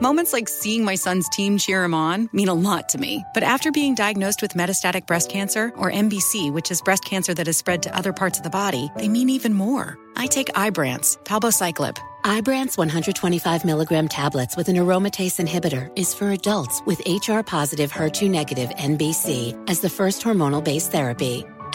Moments like seeing my son's team cheer him on mean a lot to me. But after being diagnosed with metastatic breast cancer, or MBC, which is breast cancer that has spread to other parts of the body, they mean even more. I take Ibrance, palbociclib. Ibrance 125 milligram tablets with an aromatase inhibitor is for adults with HR positive, HER2 negative NBC as the first hormonal based therapy.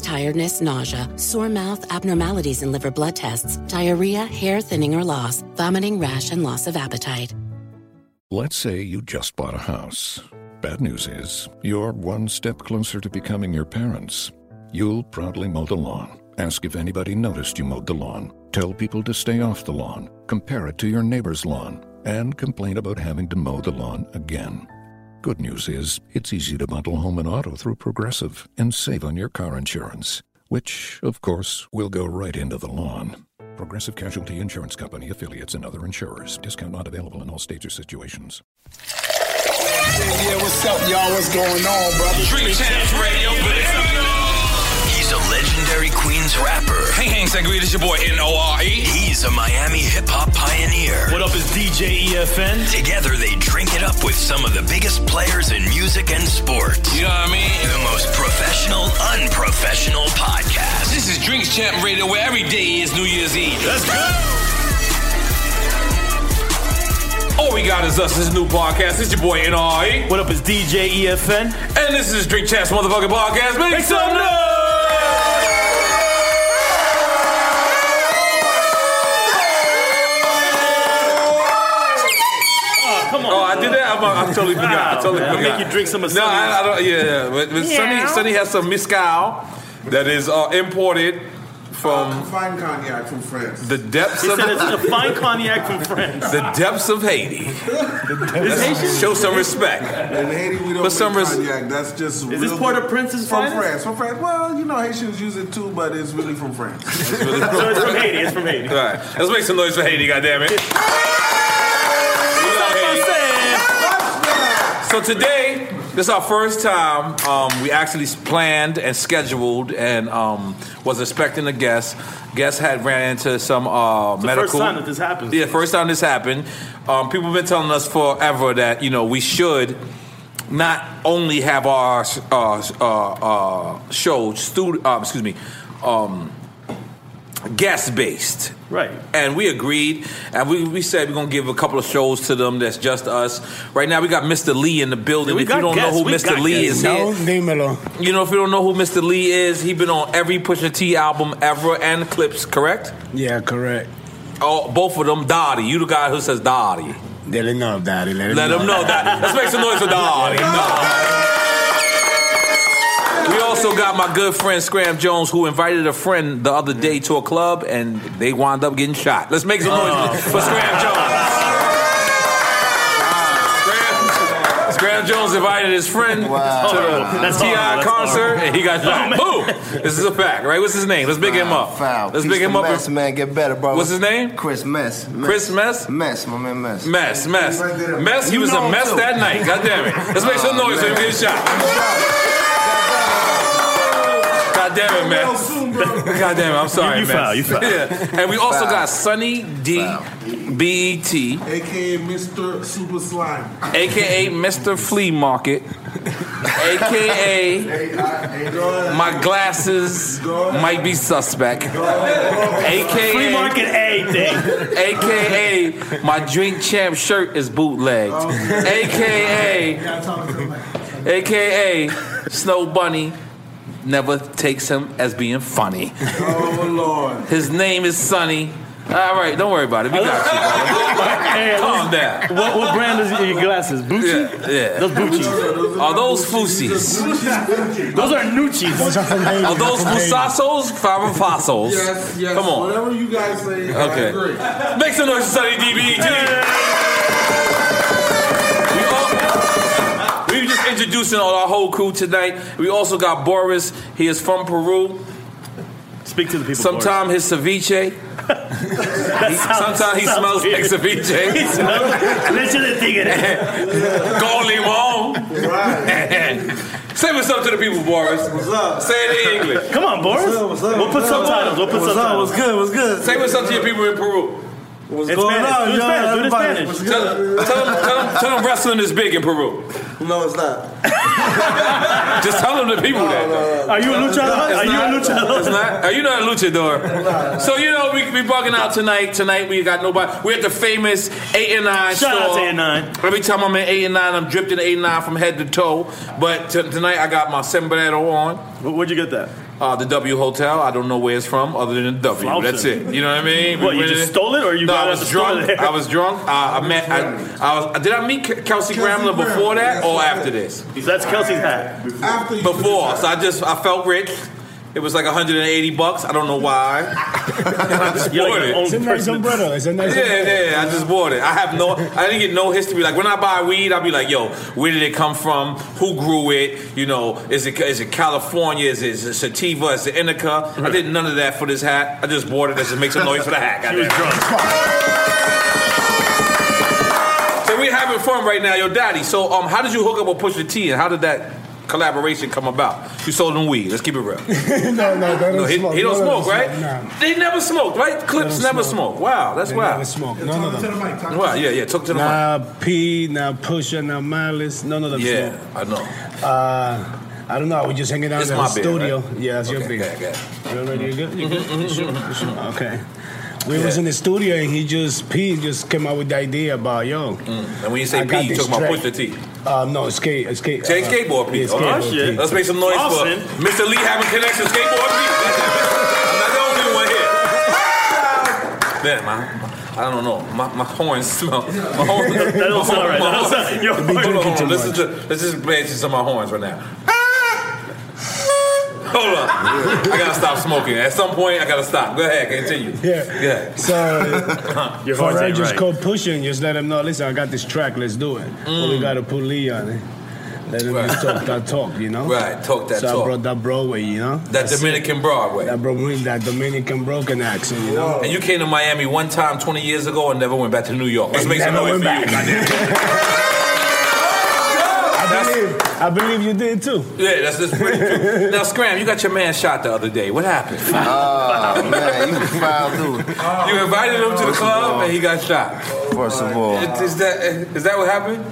tiredness, nausea, sore mouth, abnormalities in liver blood tests, diarrhea, hair thinning or loss, vomiting, rash, and loss of appetite. Let's say you just bought a house. Bad news is, you're one step closer to becoming your parents. You'll proudly mow the lawn. Ask if anybody noticed you mowed the lawn. Tell people to stay off the lawn. Compare it to your neighbor's lawn. And complain about having to mow the lawn again. Good news is, it's easy to bundle home and auto through Progressive and save on your car insurance, which, of course, will go right into the lawn. Progressive Casualty Insurance Company, affiliates, and other insurers. Discount not available in all states or situations. Yeah, what's up, y'all? What's going on, brother? Street Champs Radio, He's a legendary Queens rapper. Hey, hey, Sangreed, it's your boy N-O-R-E. He's a Miami hip hop pioneer. E. What up, is DJ EFN? Together, they drink it up with some of the biggest players in music and sports. You know what I mean? The most professional, unprofessional podcast. This is Drinks Champ Radio, where every day is New Year's Eve. Let's go! All we got is us. This is a new podcast. It's your boy N-O-R-E. What up, is DJ EFN? And this is Drink Champs motherfucking podcast. Make some noise! Come on. Oh, I did that. I'm, I totally forgot. I totally Wow, man. forgot. Make you drink some of No, Sonny's. I, I don't. Yeah, yeah. But, but Sonny, Sonny has some mezcal that is uh, imported from Fine cognac from France. the depths He of said it's a fine cognac from France. the depths of Haiti. Is, Haitian? Show some respect. In Haiti, we don't But some make res- cognac. That's just. is this real- Port-au-Prince's From finest? France, from France. Well, you know Haitians use it too, but it's really from France. So it's from Haiti. It's from Haiti. All right, let's make some noise for Haiti. Goddamn it. So today, this is our first time um, we actually planned and scheduled and um, was expecting a guest. Guest had ran into some uh, It's the medical. first time that this happens. Yeah, first time this happened. Um, people have been telling us forever that you know we should not only have our uh, uh, uh, show studio. Uh, excuse me. Um, guest based. Right. And we agreed, and we, we said we're gonna give a couple of shows to them that's just us. Right now, we got Mr. Lee in the building. We if you got don't guests. know who We Mr. got Lee guests. is, No, here, you know if you don't know who Mr. Lee is, he been on every Pusha T album ever and clips, correct? Yeah, correct. Oh, both of them. Dottie, you the guy who says Dottie. Let him know, Daddy. Let him Let know. him know. Dottie. Let's make some noise for Dottie. We also got my good friend Scram Jones, who invited a friend the other day to a club, and they wound up getting shot. Let's make some noise Oh. for Scram Jones. Ah, Scram- Scram Jones invited his friend to the That's Ti horrible. That's concert, horrible. and he got shot. Oh, Boom! This is a fact, right? What's his name? Let's big him up. Let's Piece big to him up. Mess, man, get better, bro. What's his name? Chris Mess. Mess. Chris Mess? Mess, my man, Mess. Mess, mess, mess. He You was know a him mess too. that night. God damn it! Let's make some Oh, noise so he man. get shot. God damn it, man. God damn it. I'm sorry, You- you man. foul, you foul. Yeah. And we also Foul. got Sunny D, E BET, AKA Mr. Super Slime. aka Mr. Flea Market, aka my glasses might be suspect, aka Flea market A thing. aka my drink champ shirt is bootlegged, aka AKA Snow Bunny never takes him as being funny. Oh, Lord. His name is Sunny. All right, don't worry about it. We got you. Calm down. What, what brand is your glasses? Bucci? Yeah. Those Bucci's. Are those Fusis? Those are Nucci's. Are those Fusassos? Five Fossos. Yes, yes. Come on. Whatever you guys say, I Okay. agree. Make some noise for Sunny E DBT. We were just introducing all our whole crew tonight. We also got Boris. He is from Peru. Speak to the people. Sometimes his ceviche. He- sounds- Sometimes he sounds smells like weird. ceviche. He smells- listen to the thing eh? in it. Go limon. Say what's up to the people, Boris. What's up? Say it in English. Come on, Boris. What's up, what's up, We'll put what's up? subtitles, we'll put What's up, subtitles. what's good, what's good? Say what's up to your people in Peru. What's It's going Spanish. on, Do it in y'all? Spanish, do it in Everybody, Spanish. what's Tell, tell, them, tell, them, tell them wrestling is big in Peru. No, it's not. Just tell them the people that. Are you a luchador? Are you a luchador? It's not. Are you not a luchador? So you know we we bugging out tonight. Tonight we got nobody. We're at the famous eight and nine Shout store. out to 8 and 9. Every time I'm in eight and nine, I'm dripped in eight and nine from head to toe. But t- tonight I got my sombrero on. Where'd you get that? Uh, the W Hotel. I don't know where it's from, other than the W. Flouncer. That's it. You know what I mean? What, you went just in- stole it or you no, got it I at was the store drunk. there? I was drunk. Uh, I met. I, I was. Did I meet Ke- Kelsey Gramler before that or after this? That's Kelsey's hat. Before, so I just I felt rich. It was like 180 bucks. I don't know why. I just You're like bought the it. only It's a nice person that- umbrella. It's a nice yeah, umbrella. yeah. I just bought it. I have no. I didn't get no history. Like when I buy weed, I'll be like, yo, where did it come from? Who grew it? You know, is it is it California? Is it, is it sativa? Is it indica? I did none of that for this hat. I just bought it. Let's just make some noise for the hat. She was goddamn. drunk. So we having fun right now, yo, daddy. So um, how did you hook up with Pusha T, and how did that collaboration come about? You sold him weed. Let's keep it real. no, no, they don't No, he, smoke. he don't None of them smoke, right? They never smoked, right? Clips don't never smoke. smoke. Wow, that's They wild. never smoke. None of them. Wow, yeah, yeah. Talk to the mic. Nah, P, nah, Pusha, nah, Miles. None of them Yeah, smoke. I know. Uh, I don't know. We just hanging out It's in my the beer, studio. right? Yeah, it's your Okay, beer. okay, okay. Mm-hmm, You already you good? You good? You sure? You sure? Okay. We Yeah. was in the studio and he just P just came out with the idea about yo. Mm. And when you say I got P, you this talking about track. Pusha T. Uh, no, skate, skate. Say uh, skateboard P. Oh, yeah, skateboard P. Let's make some noise Austin. for Mr. Lee having connections. Skateboard P. I'm not the only one here. Man, my, I don't know. My, my horns smell. My horns. That don't my sound right. my That don't horns- sound- your Hold on, horns- hold on, drinking too Let's much. just let's just play some of my horns right now. Hold on. I gotta stop smoking. At some point, I gotta stop. Go ahead, continue. Yeah. Yeah. So Your for heart's them ain't just right. call pushing, just let them know. Listen, I got this track. Let's do it. But we Mm. gotta put Lee on it. Let him just talk that talk, you know. Right, talk that so talk. I brought that Broadway, you know. That Dominican Broadway. That Broadway, that Dominican broken accent, you know. And you came to Miami one time 20 years ago and never went back to New York. Let's And make some never noise for went you. goddamn. I that's- believe, I believe you did too. Yeah, that's, that's pretty true. now, Scram, you got your man shot the other day. What happened? Oh, man, you filed through. You invited him to the First of all- club and he got shot. First of all, Is is that is that what happened?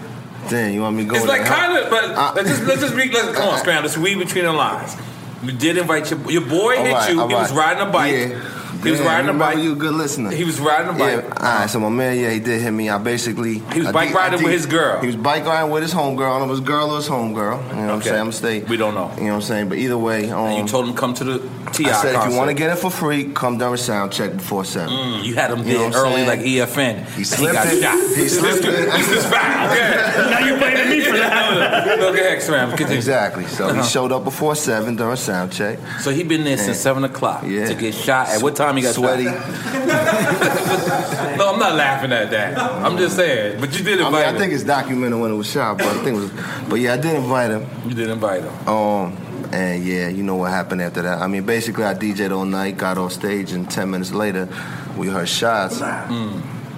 damn, you want me to go It's like there, huh? kind of, but let's just let's just read. Let's come on, Scram. Let's read between the lines. You did invite your your boy All hit right, you. all He was right. riding a bike. He was Damn, riding a remember bike. You a good listener. He was riding a Yeah, bike. all right, so my man, yeah, he did hit me. I basically He was I bike riding I with his girl. He was bike riding with his homegirl. I don't know if his girl or his homegirl. You know what I'm Okay. saying? I'm stay. We don't know. You know what I'm saying? But either way, um, And you told him come to the TI. I said if concert. you want to get it for free, come down with sound check before seven. Mm, you had him You know there what I'm early saying? like EFN. and He slipped got it. shot. He slipped it. This is fact. Okay. Now you blaming me for that. no, go ahead, Scram. Continue. Exactly. So Uh-huh. he showed up before seven during sound check. So he been there since And- seven o'clock Yeah. to get shot. At what time he got Sweaty. shot? Sweaty. no, I'm not laughing at that. I'm just saying. But you did I mean, invite I think him. it's documented when it was shot, but I think it was. But yeah, I did invite him. You did invite him. Um, and yeah, you know what happened after that. I mean, basically, I DJ'd all night, got off stage, and ten minutes later, we heard shots.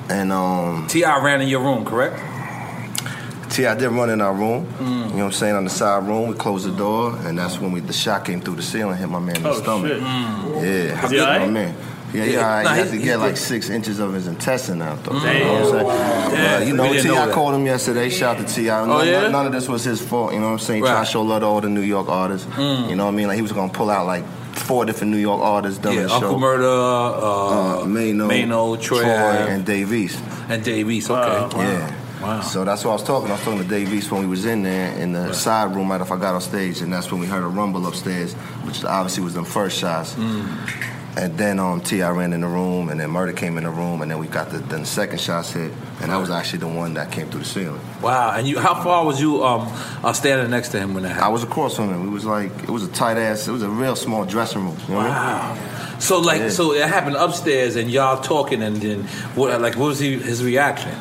And um, Ti ran in your room, correct? Mm. T, I did run in our room. You know what I'm saying? On the side room, we closed the door, and that's when we the shot came through the ceiling, hit my man in the Oh, stomach. shit. Mm. Yeah, Is he all right? my man. Yeah, Yeah. yeah, all right. Nah, he he- had to he's get like good. six inches of his intestine out, though. Damn. You know what I'm saying? Yeah, But, uh, you we know, didn't T, know I that. called him yesterday. Shout out to T.I. None, Oh, yeah? none of this was his fault. You know what I'm saying? He Try to show love to all the New York artists. Mm. You know what I mean? Like, he was going to pull out like four different New York artists during yeah, the show. Uncle Murder, uh, Uh, Mano, Mano, Troy, Ave, and Dave East. and Dave East. Okay. Yeah. Wow. So that's what I was talking. I was talking to Dave East when we was in there in the side room right if I got on stage, and that's when we heard a rumble upstairs, which obviously was them first shots. Mm. And then um, Ti ran in the room, and then Murder came in the room, and then we got the then the second shots hit, and that was actually the one that came through the ceiling. Wow. And you, how far was you um, uh, standing next to him when that happened? I was across from him. It was like it was a tight ass. It was a real small dressing room. You know what I mean? Wow. So like, Yeah. so it happened upstairs, and y'all talking, and then what? Like, what was he, his reaction?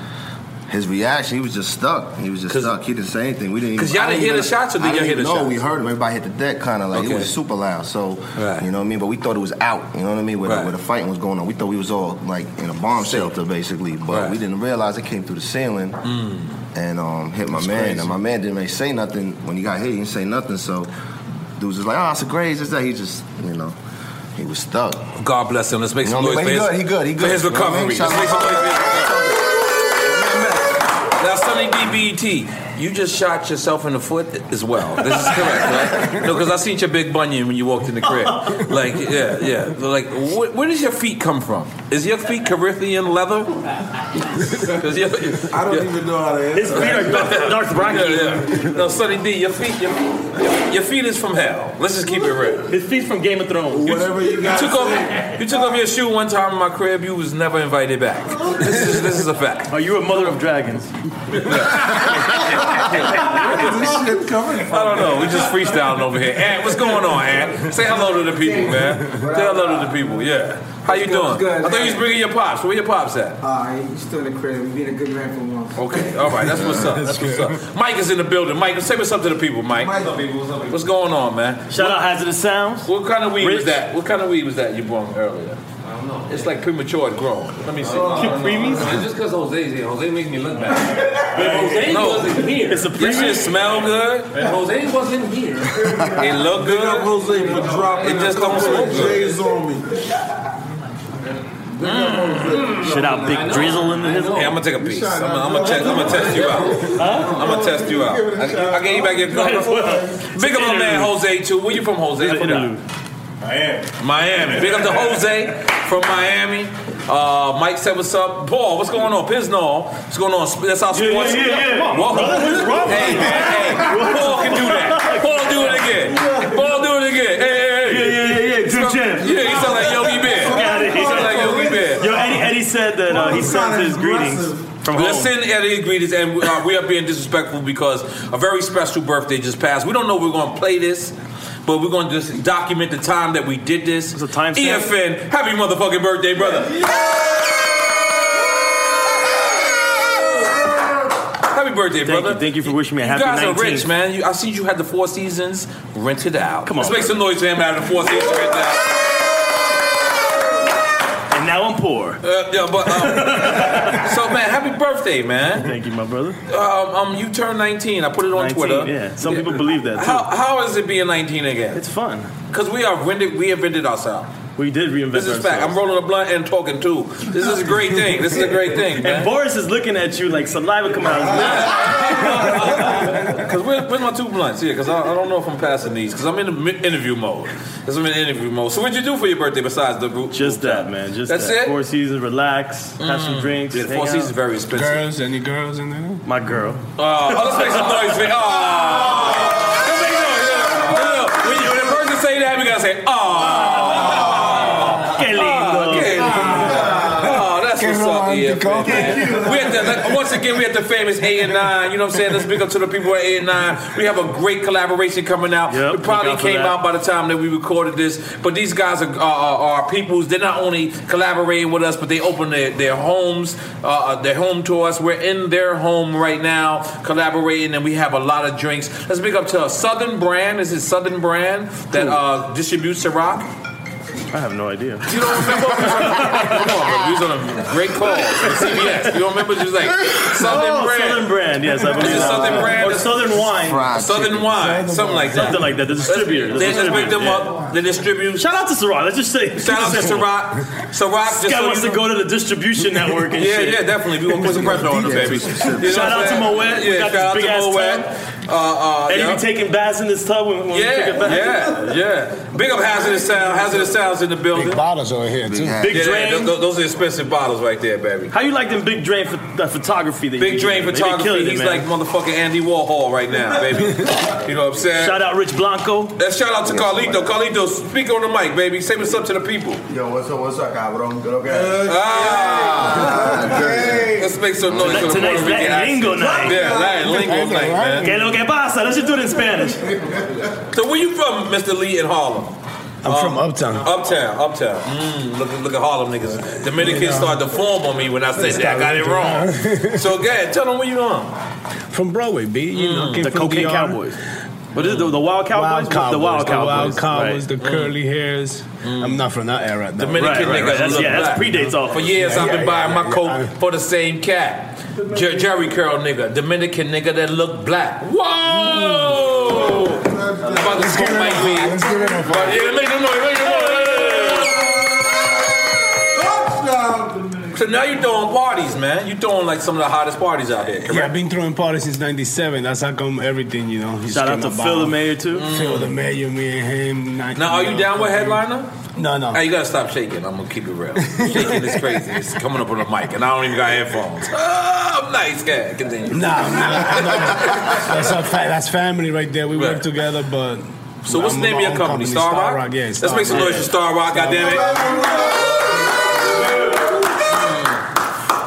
His reaction, he was just stuck. He was just stuck. He didn't say anything. We didn't. even- 'Cause y'all I didn't hear the even- shots or did I didn't y'all hear even the know. shots? We heard him. Everybody hit the deck, kind of like Okay. it was super loud. So you know what I mean. But we thought it was out. You know what I mean. Where, the, where the fighting was going on, we thought we was all like in a bomb shelter basically. But Right. we didn't realize it came through the ceiling Mm. and um, hit my That's man. crazy. And my man didn't really say nothing when he got hit. He didn't say nothing. So dudes was like, "Oh, it's a graze." It's that he just you know he was stuck. God bless him. Let's make You some know noise what I for mean? his, He good, he good, he for his good. You know what I recovery. mean? Let's Shout make some out- noise for his recovery. Now, Sonny DBT, you just shot yourself in the foot as well. This is correct, right? No, because I seen your big bunion when you walked in the crib. Like, yeah, yeah. Like, wh- where does your feet come from? Is your feet Corinthian leather? I don't even know how to answer. His feet are Darth, Darth Yeah, yeah. No, Sonny D, your feet, your, your, your feet is from hell. Let's just keep it real. His feet from Game of Thrones. Whatever you got took to off, you took off your shoe one time in my crib. You was never invited back. This is, this is a fact. Are you a mother of dragons? I don't know. We just freestyling over here. Ant, what's going on, Ant? Say hello to the people, man. Say hello to the people. Yeah. How you What's doing? good? What's I good? thought you was bringing your pops. Where your pops at? Alright, you still in the crib. You being a good man for once. Okay, all right, that's what's up. That's what's up. Mike is in the building. Mike, say what's up to the people, Mike. What's going on, man? Shout out Hazardous Sounds. What kind of weed was Rich. that? What kind of weed was that you brought earlier? I don't know. Oh, It's like premature and grown. Let me see. Preemies? It's just because Jose's here. Jose makes me look bad. But Jose wasn't here. It's a This shit smell good. And Jose wasn't here. It look good. Jose for dropping it just don't smoke good. on me. Shit out, big drizzle in the hizzle. Hey, I'm gonna take a piece. I'm gonna, I'm gonna, check, I'm gonna test you out. I'm gonna test you out. I, I gave you back your Might as well. Big up my man Interlude. Jose too. Where you from, Jose? From Miami. Miami. Big up to Jose from Miami. Uh, Mike said, "What's up, Paul? What's going on, Pisnall? What's going on? That's our Yeah, sports. yeah, yeah, yeah. Come on, Whoa. brother. What's wrong with Hey, you? hey, hey, Paul can do that. Paul do it again. Paul do it again. Hey, hey, hey. Yeah, yeah, yeah, Good jam. Yeah, he sound like Yogi Bear. Fuck outta here. He sound like Yogi Bear. Yo, Eddie, Eddie said that uh, he sends his greetings from Let's home. send Eddie greetings, and uh, we are being disrespectful because a very special birthday just passed. We don't know if we're going to play this, but we're going to just document the time that we did this. It's a time stamp. EFN, happy motherfucking birthday, brother. Happy birthday, brother. thank you for wishing me a happy You guys are 19th. rich, man. You, I see you had the Four Seasons rented out. Come on. Let's make some noise for him out of the Four Seasons rented out. And and now I'm poor. Uh, yeah, but um, so man, happy birthday, man. Thank you, my brother. Um, um, you turned 19. I put it on 19, Twitter. yeah. Some people believe that, too. How, how is it being 19 again? It's fun. Cause we are rented, we invented ourselves. We did reinvent This is fact. ourselves. I'm rolling a blunt and talking too. This is a great thing. This is a great thing. And Boris is looking at you like saliva come out. of his mouth. Cause where, where's my two blunts? Yeah, cause I, I don't know if I'm passing these. Cause I'm in the mi- interview mode. Cause I'm in interview mode. So what'd you do for your birthday besides the group? Just that, man. Just That's that. it? Four Seasons, relax, have some Mm. drinks. Yeah, the Four Seasons is very expensive. Girls, any girls in there? My girl. Oh, let's make some noise. man. Oh. Let's make noise. yeah. No, no, no. When, you- when a person say that, we gotta say, oh. Que lindo. Oh, that's Que what's up, romántico. EFN, man. We at the, like, once again, we at the famous A and Nine. You know what I'm saying? Let's big up to the people at A and Nine. We have a great collaboration coming out. it probably look out for came that. out by the time that we recorded this. But these guys are, are, are, are peoples. They're not only collaborating with us, but they open their, their homes, uh, uh, their home to us. We're in their home right now, collaborating, and we have a lot of drinks. Let's big up to Southern Brand. This is Southern Brand that uh, distributes Ciroc. I have no idea. You don't remember? Come on, bro. You was on a great call from CBS. You don't remember? She was like, Southern Oh, Brand. Southern Brand, yes, I Is believe it that. Southern Brand? Or Southern Wine. Fried Southern chicken. Wine. Southern something like Wine. that. Something like that. The Let's- distributor. The They just picked distributor, them up. They distribute. Shout out to Ciroc. Let's just say. Shout out to Ciroc. Ciroc. This just guy so wants you to go to the distribution network and yeah, shit. Yeah, definitely. We gonna put some pressure on them, baby. You know shout what out to I'm saying? Moet. we Yeah, got shout out this big to ass Moet. tub. Uh, uh, and yeah. he be taking baths in this tub when, when we take it Yeah, back. yeah, yeah. Big up Hazardous Sound. Hazardous Sound's in the building. Big bottles over here, too. Big drain. those are expensive bottles right there, baby. How you like them big drain for the photography? That Big you Drain They be killing Photography. it, He's man. like motherfucking Andy Warhol right now, baby. you know what I'm saying? Shout out Rich Blanco. Uh, shout out to Yes, Carlito. Carlito, speak on the mic, baby. Say what's up to the people. Yo, what's up, what's up, cabrón? Good, okay. Uh, Ah. Let's make some noise for the Tonight's Puerto Rican Latin lingo accent. night. Yeah, Latin lingo night, man. Que lo que pasa? Let's just do it in Spanish. So where you from, Mr. Lee in Harlem? Uh, I'm from Uptown. Uptown, Uptown. Mm, look, look at Harlem niggas. Dominicans started to form on me when I said that. I got it wrong. so go ahead, tell Mm. them where you on. From Broadway, B. You know, came the from cocaine DR. cowboys. What is it? The, the wild cowboys? Wild Cowboys, The wild cowboys. the, wild cowboys, right. the curly hairs. I'm not from that era. though. Dominican Right, right, niggas. right. who That's, look yeah, that's black. predates all. For years, Yeah, I've been yeah, buying yeah, my yeah. coat for the same cat. Jer- Jerry curl nigga, Dominican nigga that look black. Whoa! I'm about to smoke my weed. But yeah, make the noise, make the noise. So now you're throwing parties, man. You're throwing like some of the hottest parties out here. Yeah, I've been throwing parties since '97. That's how come everything, you know. he Shout out came to about. Phil the Mayor, too. Phil the Mayor, me and him. uh, Now, Now, are you down with headliner? No, no. Hey, you gotta stop shaking. I'm gonna keep it real. Shaking is crazy. It's coming up on the mic, and I don't even got headphones. Oh, I'm nice guy. Continue. No, no, that's, our fa- that's family right there. We work together, but. So what's I'm the name of my your own company? Star Rock? Yeah, Let's make some noise for Star Rock, goddamn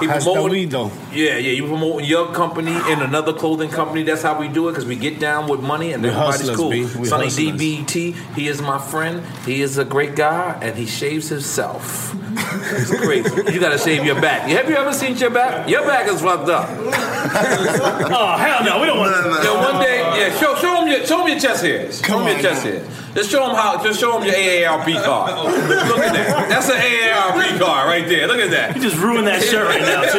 He promoted- yeah, yeah. You promoting your company and another clothing company. That's how we do it because we get down with money and We everybody's hustlers, cool. B. We Sonny hustlers. DBT, he is my friend. He is a great guy and he shaves himself. it's crazy. You gotta shave your back. Have you ever seen your back? Your back is fucked up. oh hell no, we don't want to. Yeah, one day, yeah. Show, show him your, show him your chest hairs. Show him your chest hairs. Just show him how. Just show him your AARP card. Look at that. That's an AARP card right there. Look at that. You just ruined that shirt right now, too.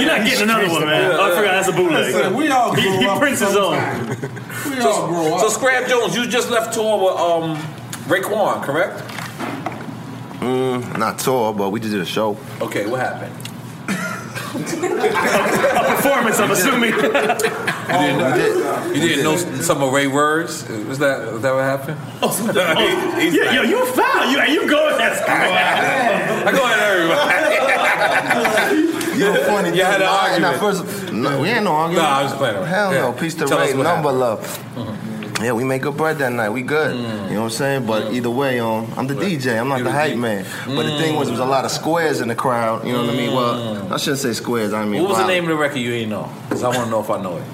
You're not getting another one, man. Oh, I forgot that's a bootleg. Listen, we all he, grew he up prints his own. So, so Scrap Jones, you just left tour with um, Raekwon, correct? Mm, not tour, but we just did a show. Okay, what happened? A performance, I'm assuming. You didn't, you didn't know some of Ray words? Was that was that what happened? Oh, yeah, yo, you foul. You, and you go that's I go at everybody. You're funny. You had an Nah, nah, argument. first, no, we ain't no argument. Nah, I was playing around. Hell Yeah. no. Peace to Tell us Ray. what Number happened. love. Yeah, we made good bread that night. We good. Mm. You know what I'm saying? But either way, um, I'm the DJ. I'm not the hype man. But the thing was, there was a lot of squares in the crowd. You know what I mean? Well, I shouldn't say squares. I mean, Mm. What was the violent. name of the record you ain't know? Because I want to know if I know it.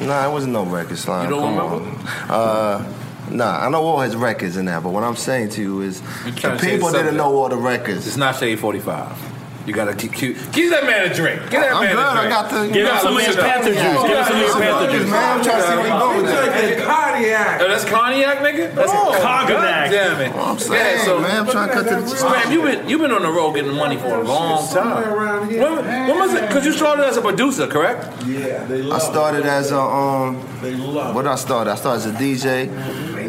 Nah, it wasn't no record slime. You don't Come remember? On. Uh, nah, I know all his records in there, but what I'm saying to you is trying the to say people didn't something. know all the records. It's not Shade 45. You gotta keep cute. Give that man a drink. Give that I'm man good. a drink. I got the- You Give him gotta some of your loosen up. Panther juice. Yeah. Give him some of your Yeah. Panther juice. Man, I'm trying to see where he going with that. Hey, Cardi Cognac. Oh, that's cognac, nigga. That's No. Oh, God Damn it. Well, I'm Yeah, saying, man, I'm trying to cut to the chase. Spam, you been you been on the road getting money for a long time. When, when was it? Because you started as a producer, correct? Yeah, they I started as a um. What did I start? I started as a DJ.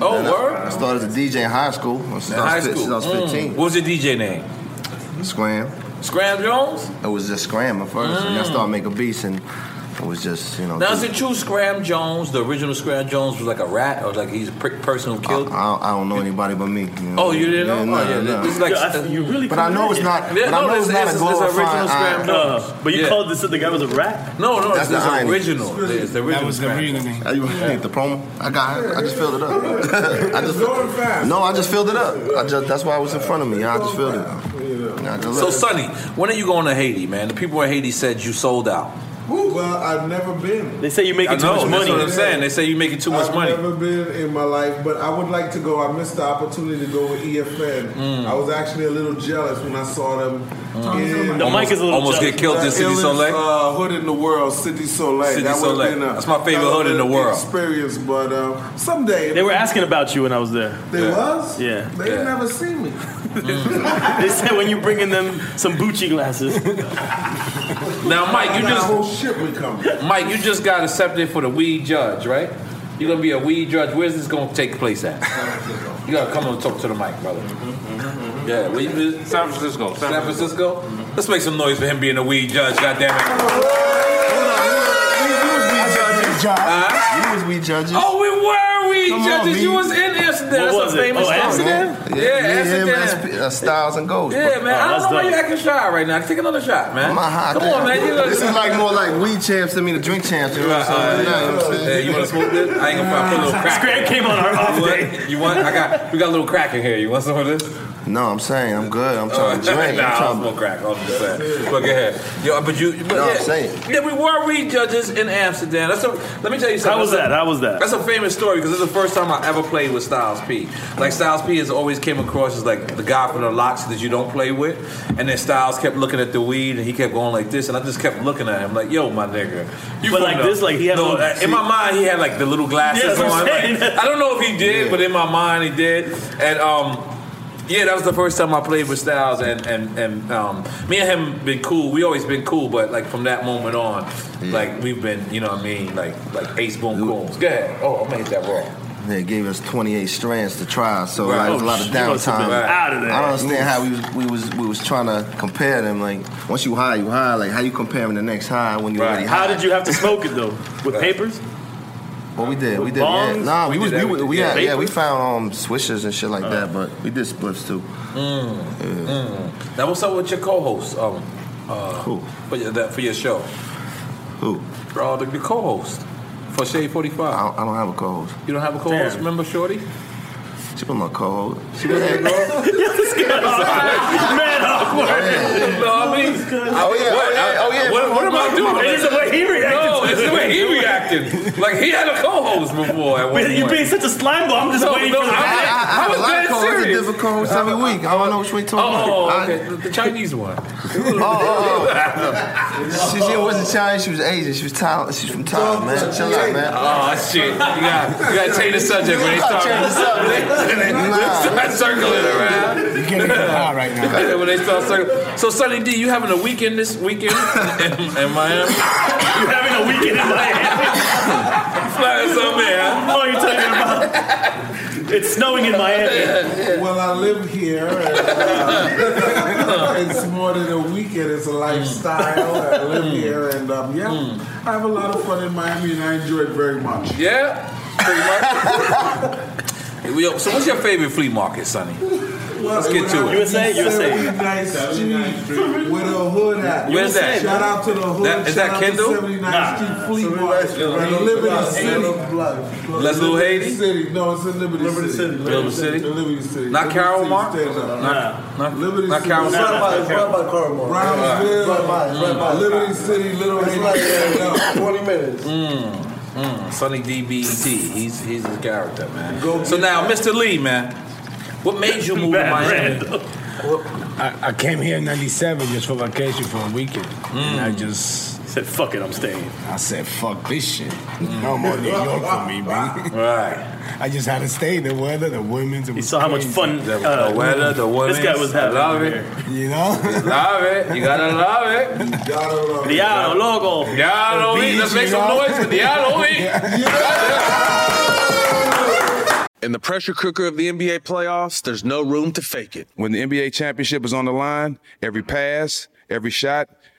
Oh, Then I- word? I started as a DJ in high school. Since In I was high fif- school. Since I was Mm. 15. What was your DJ name? Scram. Scram Jones. It was just Scram at first, and I Mm. started making beats, and it was just you know. Now is it true Scram Jones, the original Scram Jones, was like a rat or like he's a prick person who killed? I, I don't know anybody but me. You know? Oh, you didn't know? Oh, yeah, this is like- Yeah, I- you really But I know it's committed. not. Yeah, but no, I know this it's, not is- a this is glorified. original Scram iron. Jones. Uh, But you Yeah. called this the guy was a rat? No, no, That's it's the irony. original. It's the original. Scram Jones. Oh, you think the promo? I got. it. I just filled it up. I just No, I just filled it up. I just. That's why it was in front of me. I just filled it. up. I just So let it- Sonny, when are you going to Haiti, man? The people in Haiti said you sold out. Well, I've never been. They say you making I too know, much that's money. what I'm saying. They say you making too much I've money. never been in my life, but I would like to go. I missed the opportunity to go with EFN. Mm. I was actually a little jealous when I saw them. in- The mic is a little Almost jealous. get killed in The City illest, Soleil? Uh, hood in the world, City Soleil. City that would've Soleil. Been a, That's my favorite that hood in the would've been world. Experience, but uh, someday They were asking about you when I was there. They Yeah. was? Yeah. They never see me. they said when you bringing them some Gucci glasses. Now, Mike, you That just whole shit would come. Mike, you just got accepted for the weed judge, right? You're gonna be a weed judge. Where's this gonna take place at? You gotta come and talk to the mic, brother. Yeah, where you, San Francisco. San Francisco. Let's make some noise for him being a weed judge. God damn it. You was we judges. Oh, we were weed Come on, judges. you B. was in Amsterdam. That's a Oh, famous Oh, story. Yeah, Yeah, yeah, yeah, Amsterdam. man, sp- uh, Styles and Gold. Yeah, man. I don't know why you acting shy right now. Take another shot, man. I'm not high. Come on, man. You look- this is like more like weed champs than me to drink champs. You know what I'm saying? Uh, You know what I'm yeah, saying? you want to smoke this? I ain't gonna put a little crack. Scram came on our off you want, You want? I got. We got a little crack in here. You want some of this? No, I'm saying I'm good. I'm trying to drink. nah, I'm I trying don't smoke crack. I'm just saying. Look ahead. Yo, uh, but you. But No, yeah. I'm saying. Yeah, we were weed judges in Amsterdam. That's a. Let me tell you something. How was That's a- that? How was that? That's a famous story because it's the first time I ever played with Styles P. Like Styles P has always came across as like the guy from the locks that you don't play with, and then Styles kept looking at the weed and he kept going like this, and I just kept looking at him like, "Yo, my nigga." You But from like the- this, like, he had no, little- uh, in my mind he had like the little glasses Yeah, that's what I'm on. saying. Like, I don't know if he did, but in my mind he did, and um. Yeah, that was the first time I played with Styles, and and and um, me and him been cool. We always been cool, but like from that moment on, like we've been, you know what I mean, like like ace boom coons. Go ahead. Oh, I'm gonna hit that raw. They gave us 28 strands to try, so Right. like, it was a lot of Oh, you must have downtime. been out of there. I don't understand how we was, we was we was trying to compare them. Like once you high, you high. Like how you comparing the next high when you already high? How did you have to smoke it though? With papers? Well, we did. We With did. Yeah. bongs? Nah, we, We was did we, we, everything. yeah, Yeah. yeah, we found um swishers and shit like Uh. that, but we did splits too. Hmm. Mm. Now what's up with your co-host? Um, uh, Who for your, that, for your show? Who? Uh, the, the co-host for Shade Forty Five. I don't have a co-host. You don't have a co-host. Remember Shorty? She been my co-host. She was your girl. Man, awkward. No, I mean, Oh, yeah, what, oh, yeah, oh, yeah. What, what am I doing? It's the way he reacted. No, it's the way he reacted. Like he had a co-host before. At one But you point. being such a slime ball, I'm just No, waiting no, for the I- I- I have a lot of dead co-hosts, serious. Uh, different co-hosts every week. I don't know which way to Oh, Oh, okay. The- The Chinese one. She, she wasn't Chinese. She was Asian. She was Thailand. She's from Thailand, man. Chill out, man. Oh shit! You got you got to change the subject when they You gotta start. change the subject. They- they start circling around. You can't get high right now. when they start circling. So Sunny D, you having a weekend this weekend in, in Miami? You having a weekend in Miami? Flying somewhere? Huh? Oh, you talking about? It's snowing in Miami. Well, I live here. And, uh, it's more than a weekend. It's a lifestyle. I live Mm. here, and um, yeah, I have a lot of fun in Miami, and I enjoy it very much. Yeah. Yo, so what's your favorite flea market, Sonny? Let's get to it. USA, USA. Nice Street with a hood hat. Where's that? Shout out to the hood. That- is Shout that out to Kendall? 79th Street Flea Market. Right, Liberty City. That's Little Haiti? City. No, it's in Liberty, City. Liberty City? Liberty City. Not Liberty Carroll City Mark? stands up. Not, Liberty not City. Carroll Mark. by Carroll Mark. Brownsville. Right by, right by. Liberty City, Little Haiti. Like, uh, 20 minutes. Mm, mm, Sonny DBT. He's he's his character, man. so now, Mr. Lee, man, what made you move to Miami? I, I came here in '97 just for vacation for a weekend, and I just Mm. said, fuck it, I'm staying. I said, fuck this shit. No more New York for me, baby. Right. I just had to stay. The weather, the women's. You saw how much fun, The- uh, the weather, the this guy was having Love over it. You know? Love it. You gotta love it. Diablo, loco. Diablo, we- let's make some noise for Diablo. we. In the pressure cooker of the NBA playoffs, there's no room to fake it. When the NBA championship is on the line, every pass, every shot,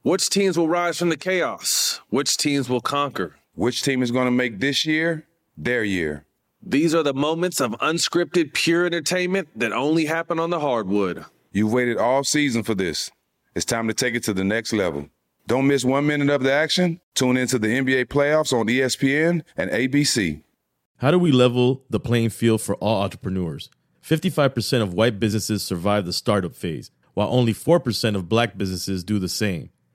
Which teams will rise from the chaos? Which teams will conquer? Which team is going to make this year their year? These are the moments of unscripted, pure entertainment that only happen on the hardwood. You've waited all season for this. It's time to take it to the next level. Don't miss one minute of the action. Tune into the NBA playoffs on E ESPN and ABC. How do we level the playing field for all entrepreneurs? 55% of white businesses survive the startup phase, while only 4% of black businesses do the same.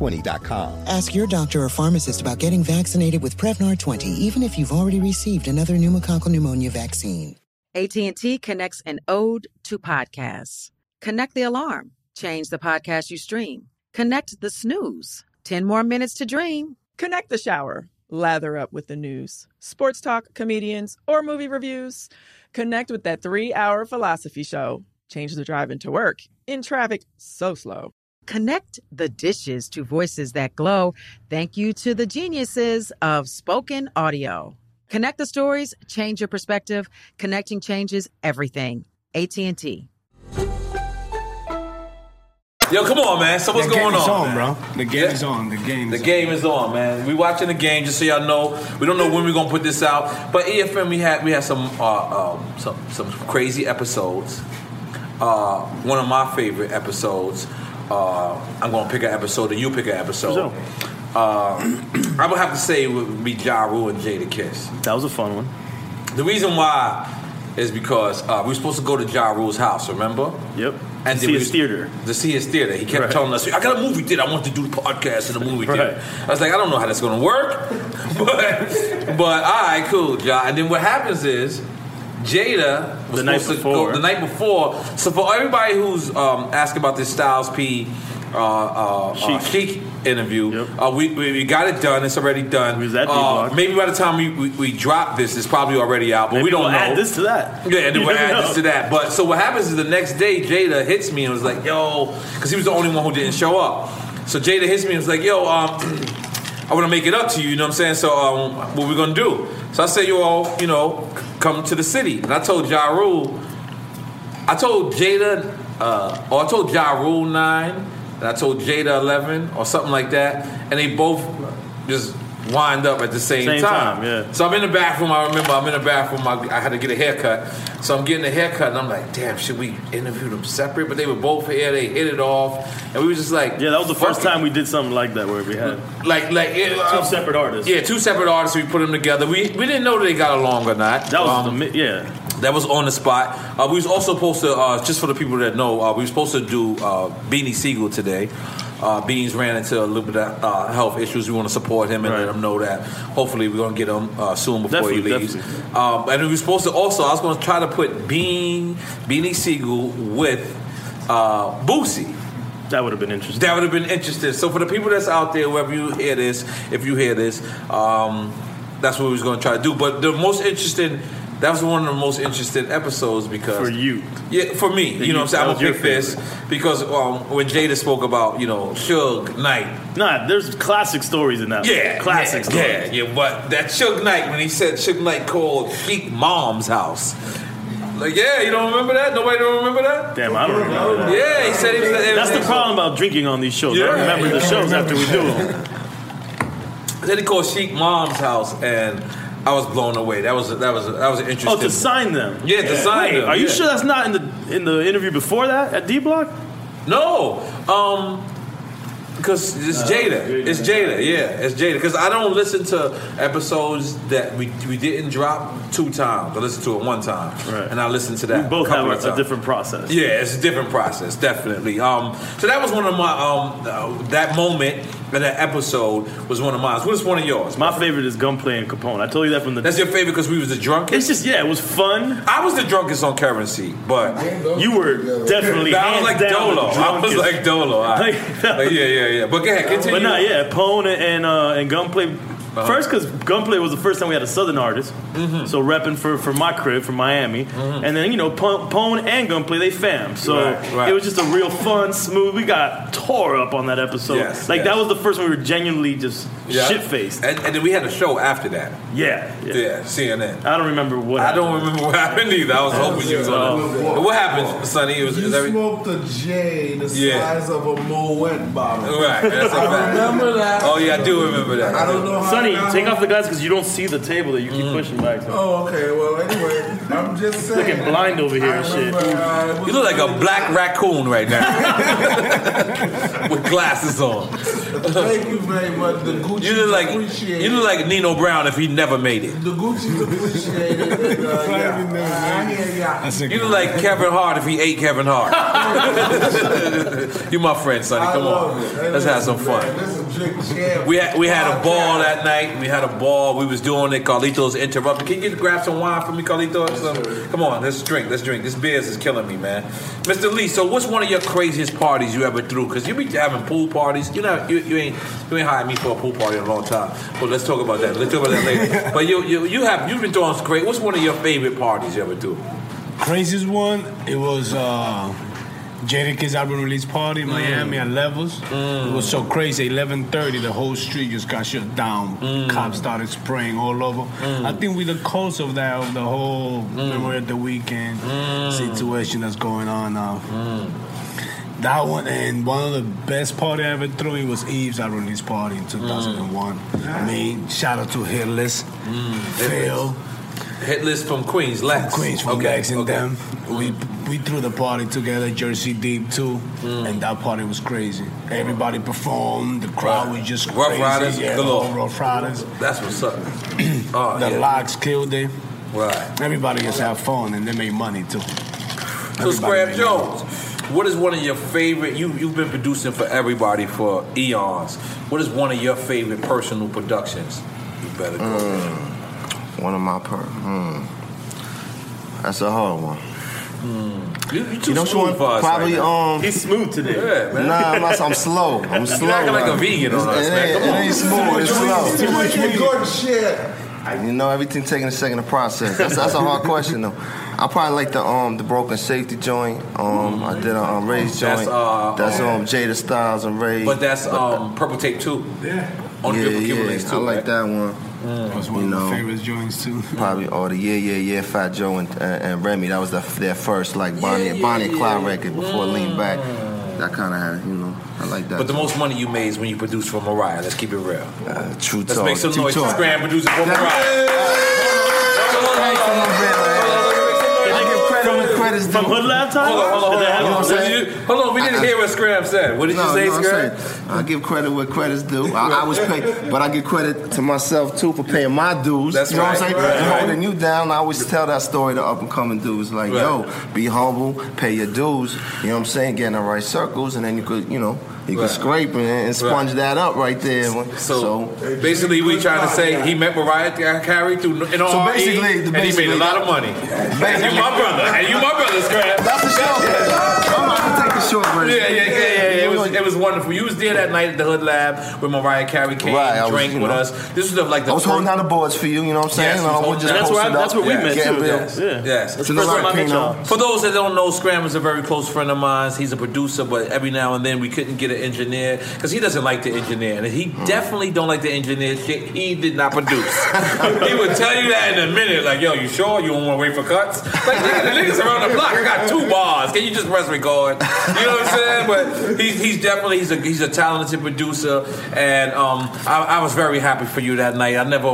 Prevnar20.com. Ask your doctor or pharmacist about getting vaccinated with Prevnar 20, even if you've already received another pneumococcal pneumonia vaccine. AT&T connects an ode to podcasts. Connect the alarm. Change the podcast you stream. Connect the snooze. 10 more minutes to dream. Connect the shower. Lather up with the news, sports talk, comedians, or movie reviews. Connect with that three hour philosophy show. Change the drive into work in traffic so slow. Connect the dishes to voices that glow. Thank you to the geniuses of spoken audio. Connect the stories, change your perspective. Connecting changes everything. AT&T. Yo, come on, man. So what's The game going is on, on, man? bro. The game is on. The game. The game is on, man. We watching the game just so y'all know. We don't know when we're gonna put this out, but EFM we had we had some uh, um, some some crazy episodes. Uh, one of my favorite episodes. Uh, I'm gonna pick an episode, and you pick an episode. Uh, I'm gonna have to say it would be Ja Rule and Jada Kiss. That was a fun one. The reason why is because uh, we were supposed to go to Ja Rule's house, remember? Yep. To see we his was- theater. To see his theater. He kept Right. telling us, I got a movie theater. I want to do the podcast in the movie theater. I was like, I don't know how that's going to work. but, but all right, cool, Ja. And then what happens is, Jada was The night supposed before. to go the night before. So for everybody who's um, asking about this Styles P uh, uh, uh, Chic interview, uh, we, we we got it done. It's already done. Uh, at D-Block. maybe by the time we, we, we drop this, it's probably already out, but we Maybe don't we'll know. add this to that. Yeah, and then You we'll never add know. this to that. But so what happens is the next day, Jada hits me and was like, "Yo," because he was the only one who didn't show up. So Jada hits me and was like, "Yo, um." I want to make it up to you, you know what I'm saying? So, um, what we gonna do? So I said, you all, you know, c- come to the city. And I told Ja Rule, I told Jada, uh, or I told Ja Rule 9, and I told Jada 11, or something like that. And they both just wind up at the same, Same time. time, yeah. So I'm in the bathroom, I remember I'm in the bathroom, I, I had to get a haircut. So I'm getting a haircut, and I'm like, damn, should we interview them separate? But they were both here, they hit it off. And we were just like, yeah, that was the first time we did something like that where we had like like it, Two separate artists. Yeah, two separate artists. We put them together. We we didn't know they got along or not. Um, That was the yeah. That was on the spot. Uh, we was also supposed to uh, just for the people that know. Uh, we were supposed to do uh, Beanie Siegel today. Uh, Beans ran into a little bit of uh, health issues. We want to support him and let him know that. Hopefully, we're gonna get him uh, soon before he Definitely, leaves. Um, and we were supposed to also. I was gonna try to put Bean Beanie Siegel with uh, Boosie. That would have been interesting. That would have been interesting. So for the people that's out there, wherever you hear this, if you hear this, um, that's what we was going to try to do. But the most interesting, that was one of the most interesting episodes because For you. yeah, for me, you, For know you. what I'm saying. That I'm was gonna your pick this because um, when Jada spoke about you know Suge Knight, Nah, there's classic stories in that. one. yeah, classic yeah, stories. yeah, yeah. But that Suge Knight when he said Suge Knight called Peak Mom's house. Like yeah, you don't remember that? Nobody don't remember that? Damn, I don't remember. That. Yeah, he said he was- That's the problem about drinking on these shows. I Yeah. don't remember the Yeah. shows after we do them. Then he called Sheik Mom's house, and I was blown away. That was that was that was an interesting. Oh, to sign them. Yeah, to sign Wait, them. Are you yeah. sure that's not in the in the interview before that at D Block? No, um, because it's Jada. It's Jada. Yeah, it's Jada. Because I don't listen to episodes that we we didn't drop two times. I listened to it one time, and I listened to that. We both couple have of a, a times. different process. Yeah, it's a different process, definitely. Um, so that was one of my um, uh, that moment and that episode was one of mine. What's one of yours? My favorite is Gunplay and Capone. I told you that from the. That's your favorite because we was the drunkest. It's just yeah, it was fun. I was the drunkest on currency, but you were definitely. I was hands like down Dolo. the I was drunkest. like Dolo. all right. Like, yeah, yeah, yeah. But go ahead, continue. Uh-huh. But nah, yeah, Pone and uh, and Gunplay. First, because Gunplay was the first time we had a Southern artist, Mm-hmm. so repping for, for my crib from Miami, and then you know Pone, Pone and Gunplay they fam, so Right, right. it was just a real fun, smooth. We got tore up on that episode. Yes, like yes. that was the first one we were genuinely just shit faced. And, and then we had a show Oh, after that. Yeah, yeah, CNN. I don't remember what. I don't remember what happened either. I was hoping you was on. it. But what happened, Sonny? It was You is every- smoked a J the Yeah. size of a Moet bottle. Right, that's a I fact. remember that. Oh yeah, I do remember that. Mm. I don't know how Sonny, I got take home. off the glass because you don't see the table that you keep pushing back. To. Oh, okay. Well, anyway, I'm just saying. Looking blind over here I and shit. remember, uh, You look like a black raccoon right now with glasses on. Thank you very much. The Gucci You look like appreciate you look like Nino Brown if he never made it. The Gucci's Mm, appreciated. and, uh, yeah. I hear ya. You look like Kevin Hart if he ate Kevin Hart. you my friend, Sonny. Come on, let's have some fun. We had we had a ball that night. We had a ball. We was doing it. Carlitos interrupted. Can you get grab some wine for me, Carlitos? Um, come on, let's drink. Let's drink. This beers is killing me, man. Mr. Lee, so what's one of your craziest parties you ever threw? Because you be having pool parties. You know, you, you ain't you ain't hired me for a pool party in a long time. But let's talk about that. Let's talk about that later. but you you you have you've been throwing some great. What's one of your favorite parties you ever threw? Craziest one, it was uh, Jadakiss album release party in Miami at Levels. It was so crazy. 11:30, the whole street just got shut down. Cops started spraying all over. I think we the cause of that of the whole memory of the weekend situation that's going on now. That one and one of the best party I ever threw it was Eve's album release party in 2001. I mean, shout out to Hitless, Phil. Hit list from Queens, Lex. Queens from Lex and them. We we threw the party together, Jersey Deep too, Mm. and that party was crazy. Everybody performed, the crowd was just Rough crazy. Riders yeah, the galore. whole Rough Riders. That's what's up. the Oh, yeah. locks killed it. Right. Everybody gets to have fun and they make money too. So Scrap Jones, what is one of your favorite? You you've been producing for everybody for eons. What is one of your favorite personal productions? You better go. Uh, One of my per. Hmm. That's a hard one. Hmm. You, you too You know what you smooth want? for us Probably right now. um. He's smooth today. Yeah, man. Nah, I'm, not- I'm slow. I'm You're slow. acting like a vegan on It's- us, it man. ain't- Come It on. ain't smooth. It's Too much slow. weed, too much weed. Good shit. You know, everything taking a second to process. That's, that's a hard question though. I probably like the um the broken safety joint. Um, I did a um, Ray's joint. That's, uh, that's um, um Jada Styles and Ray. uh, But that's um, Purple Tape too. Yeah. On yeah, the Purple yeah, Cable Links too. I like right? that one. was one My favorite joints too. Probably all the yeah yeah yeah Fat Joe and, and, and Remy. That was the, their first like Bonnie Yeah, yeah, Bonnie and yeah. Clyde record before Lean Back. That kind of had you know I like that. But the joint. most money you made is when you produced for Mariah. Let's keep it real. Uh, true Let's talk. make some true noise. Talk. Scram producer for Mariah. Credits from Hood Laptop? Hold on, hold on, hold Did that on. Hold on, happen? What did you- hold on, we didn't hear what Scram said. What did No, you say, no, I'm Scram? saying, I give credit where credit's due. I, I was paid, but I give credit to myself too for paying my dues. That's you know what right, I'm saying? right, And right. Holding you down. I always tell that story to up and coming dudes like, Right. yo, be humble, pay your dues. You know what I'm saying? Get in the right circles, and then you could, you know, you Right. could scrape and, and sponge Right. that up right there. So, basically, we trying to say he met Mariah Carey through an So RE, basically- E, and he made a basically- lot of money. And you my brother, and you my brother, Scram. That's the show. I'm about to take the short version. Yeah, yeah, yeah, yeah. yeah. It was it was wonderful. You was there that night at the Hood Lab when Mariah Carey came, Right, I was, drank you with know. us. This was the, like the I was first- holding down the boards for you, you know what I'm saying? Yes, and I we would told just them. post it up. Yeah, getting built. Yes. yes. It's a lot of Pino. For those that don't know, Scram is a very close friend of mine. He's a producer, but every now and then we couldn't get an engineer because he doesn't like the engineer, and he Mm. definitely don't like the engineer shit. He did not produce. he would tell you that in a minute, like, "Yo, you sure you don't want to wait for cuts?" Like, nigga, the niggas around the block. I got two bars. Can you just press record? You know what I'm saying? But he's, he's definitely he's a he's a talented producer, and um, I, I was very happy for you that night. I never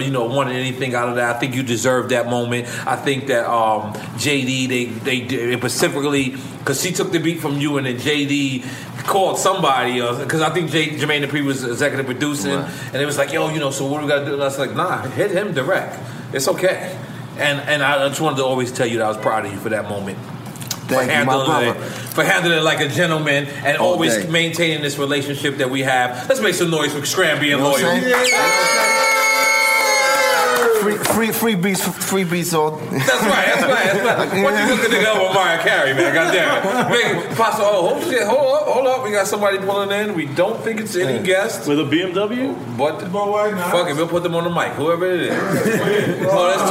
you know wanted anything out of that. I think you deserved that moment. I think that um, JD they they did- specifically because she took the beat from you, and then JD called somebody because I think J, Jermaine Dupri was executive producing, and it was like, yo, you know, so what do we got to do? And I was like, nah, hit him direct. It's okay. And and I just wanted to always tell you that I was proud of you for that moment. for Thank you, my handling brother. it, for handling it like a gentleman and All always day. maintaining this relationship that we have. Let's make some noise for Scram being You know what loyal. I'm saying? Free, free, free beats, free beats all. That's right, that's right, that's right. What you looking to go with Mariah Carey, man? God damn it. Big Apostle, oh, oh shit, hold up, hold up. We got somebody pulling in. We don't think it's any guest. With a BMW? But, fuck it, we'll put them on the mic, whoever it is. oh, that's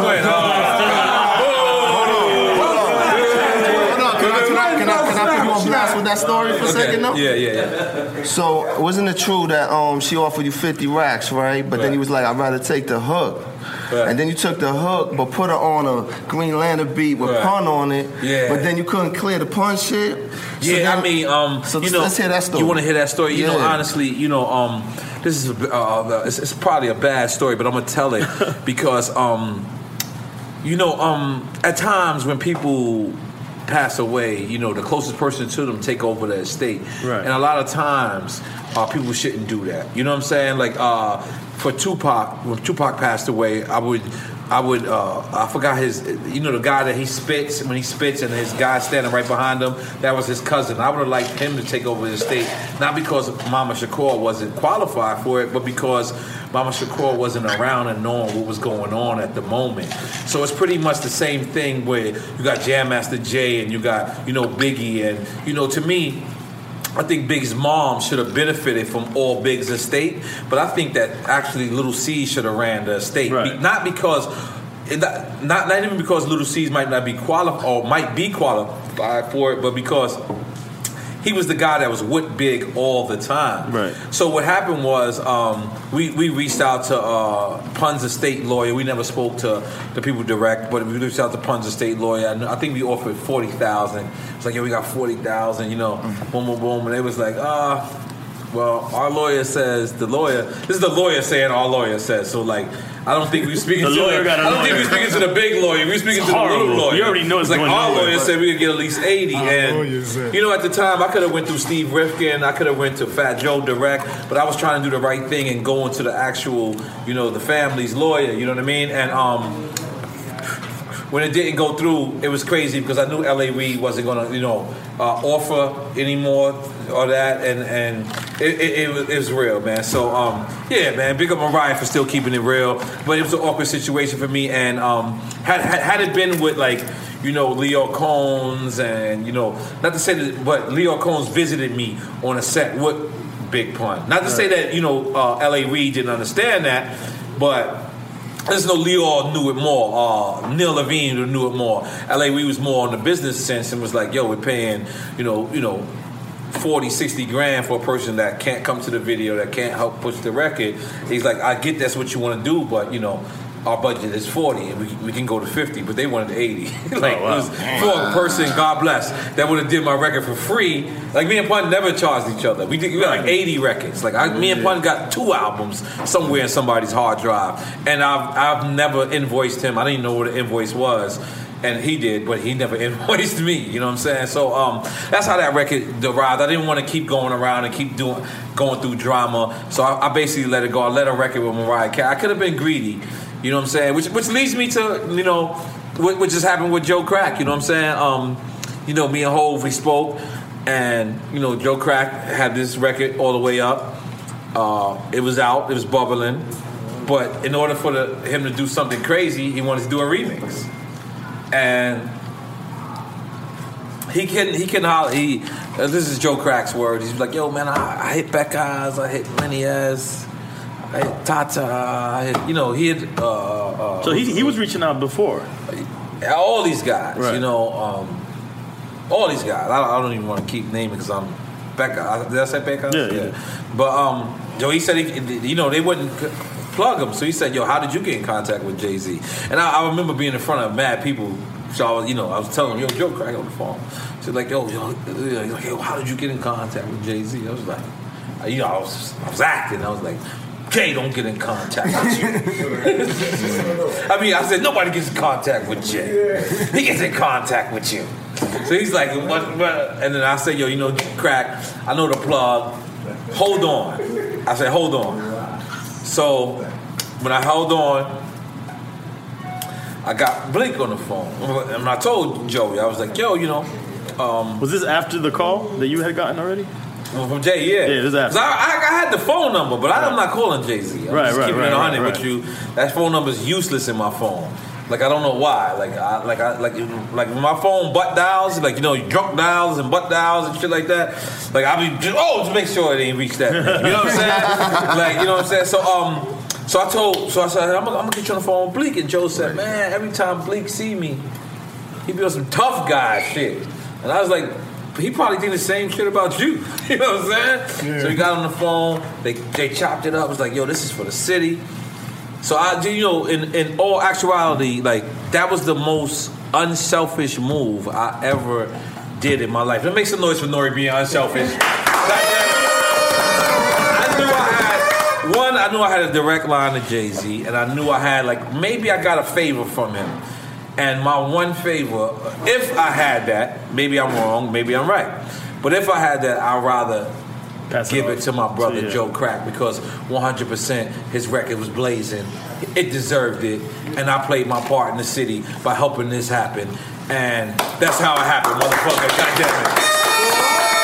Twin. Can I, can I, can I, can I put you on blast with that story for a second, though? Yeah, yeah, yeah. So wasn't it true that um she offered you fifty racks, right? But then you was like, I'd rather take the hook. And then you took the hook, but put her on a Green Lantern beat with pun on it. Yeah. But then you couldn't clear the pun shit. So yeah, then- I mean, um, so you let's- know, let's hear that story. You want to hear that story? You know, Yeah. honestly, you know, um, this is a- uh, it's, it's probably a bad story, but I'm gonna tell it because, um, you know, um, at times when people pass away, you know, the closest person to them take over the estate, Right. and a lot of times uh, people shouldn't do that. You know what I'm saying? Like uh, for Tupac, when Tupac passed away, I would. I would, uh, I forgot his, you know, the guy that he spits when he spits, and his guy standing right behind him. That was his cousin. I would have liked him to take over the estate, not because Mama Shakur wasn't qualified for it, but because Mama Shakur wasn't around and knowing what was going on at the moment. So it's pretty much the same thing where you got Jam Master Jay and you got, you know, Biggie, and you know, to me, I think Big's mom should have benefited from all Big's estate, but I think that actually Little C should have ran the estate. Be- not because, it- not, not not even because Little C's might not be qualified or might be qualified for it, but because he was the guy that was with Big all the time. Right. So what happened was um, we we reached out to uh, Pun's estate lawyer. We never spoke to the people direct, but we reached out to Pun's estate lawyer. And I think we offered forty thousand. It's like yeah, we got forty thousand. You know, Mm-hmm. boom, boom, boom, and they was like ah. well, our lawyer says the lawyer. This is the lawyer saying our lawyer says. So like, I don't think we speaking. The to lawyer got a I don't think we lawyer. speaking to the big lawyer. We speaking It's to the horrible. little lawyer. You already know it's like going our nowhere, lawyer but- said we could get at least eighty. Our lawyer and said. you know, at the time, I could have went through Steve Rifkin. I could have went to Fat Joe direct, but I was trying to do the right thing and go into the actual, you know, the family's lawyer. You know what I mean? And um, when it didn't go through, it was crazy because I knew LA Reid wasn't going to, you know, uh, offer anymore or that, and and it, it, it, was, it was real, man. So um, yeah, man, big up Mariah for still keeping it real, but it was an awkward situation for me, and um, had, had had it been with like. You know Leo Combs, and you know not to say that, but Leo Combs visited me on a set with Big Pun. Not to say that you know uh, L.A. Reid didn't understand that, but there's no Leo knew it more. Uh, Neil Levine knew it more. L.A. Reid was more on the business sense and was like, "Yo, we're paying, you know, you know." 40 60 grand for a person that can't come to the video that can't help push the record he's like i get that's what you want to do but you know our budget is 40 and we, we can go to 50 but they wanted 80 like Oh, wow. it was for a person god bless that would have did my record for free like me and pun never charged each other we did we got like 80 records like I, me and pun got two albums somewhere in somebody's hard drive and i've i've never invoiced him i didn't even know what an invoice was and he did, but he never invoiced me. You know what I'm saying? So um, that's how that record derived. I didn't want to keep going around and keep doing going through drama, so I, I basically let it go. I let a record with Mariah Carey. I could have been greedy, you know what I'm saying? Which which leads me to you know what, what just happened with Joe Crack. You know what I'm saying? Um, you know me and Hove we spoke, and you know Joe Crack had this record all the way up. Uh, it was out. It was bubbling. But in order for the, him to do something crazy, he wanted to do a remix and he can he can holler. He uh, this is Joe Crack's words. He's like, "Yo, man, I, I hit Becca's, I hit Lenny's, I hit Tata, I hit, you know, he hit." Uh, uh, So he, he was reaching out before. all these guys, you know, um, all these guys. I, don't- I don't even want to keep naming because I'm Becca. I- Did I say Becca? Yeah, yeah. But um, yo, he said, he, you know, they wouldn't c- plug him. So he said, yo, how did you get in contact with Jay Z? And I, I remember being in front of mad people. So I was, you know, I was telling him, yo, Joe Crack on the phone. She's like, yo, yo, yo, he's like, yo, how did you get in contact with Jay Z? I was like, you know, I was, I was acting. I was like. Jay don't get in contact with you. I mean, I said nobody gets in contact with Jay. He gets in contact with you. So he's like, what, what? And then I say, yo, you know, crack. I know the plug. Hold on. I said, hold on. So when I held on, I got Blink on the phone, and I told Joey, I was like, yo, you know, um, was this after the call that you had gotten already? Well, from Jay, yeah. Yeah, this after. 'Cause I, I, I had the phone number, but I, am not calling Jay Z. I'm Right, just right, keeping right, it right, 100 right. with you. That phone number is useless in my phone. Like I don't know why. Like I like I like like when my phone butt dials. Like you know, drunk dials and butt dials and shit like that. Like I be just, oh, just make sure it ain't reached that. You know what I'm saying? like you know what I'm saying? So um. So I told, so I said, I'm gonna, I'm gonna get you on the phone with Bleak. And Joe said, man, every time Bleak see me, he be on some tough guy shit. And I was like, he probably think the same shit about you. You know what I'm saying? So we got on the phone. They they chopped it up. It was like, yo, this is for the city. So I, you know, in in all actuality, like that was the most unselfish move I ever did in my life. Let me make some noise for Nori being unselfish. One, I knew I had a direct line to Jay Z, and I knew I had like maybe I got a favor from him. And my one favor, if I had that, maybe I'm wrong, maybe I'm right. But if I had that, I'd rather give it to my brother yeah. Joe Crack because 100% his record was blazing. It deserved it. And I played my part in the city by helping this happen. And that's how it happened, motherfucker. God damn it.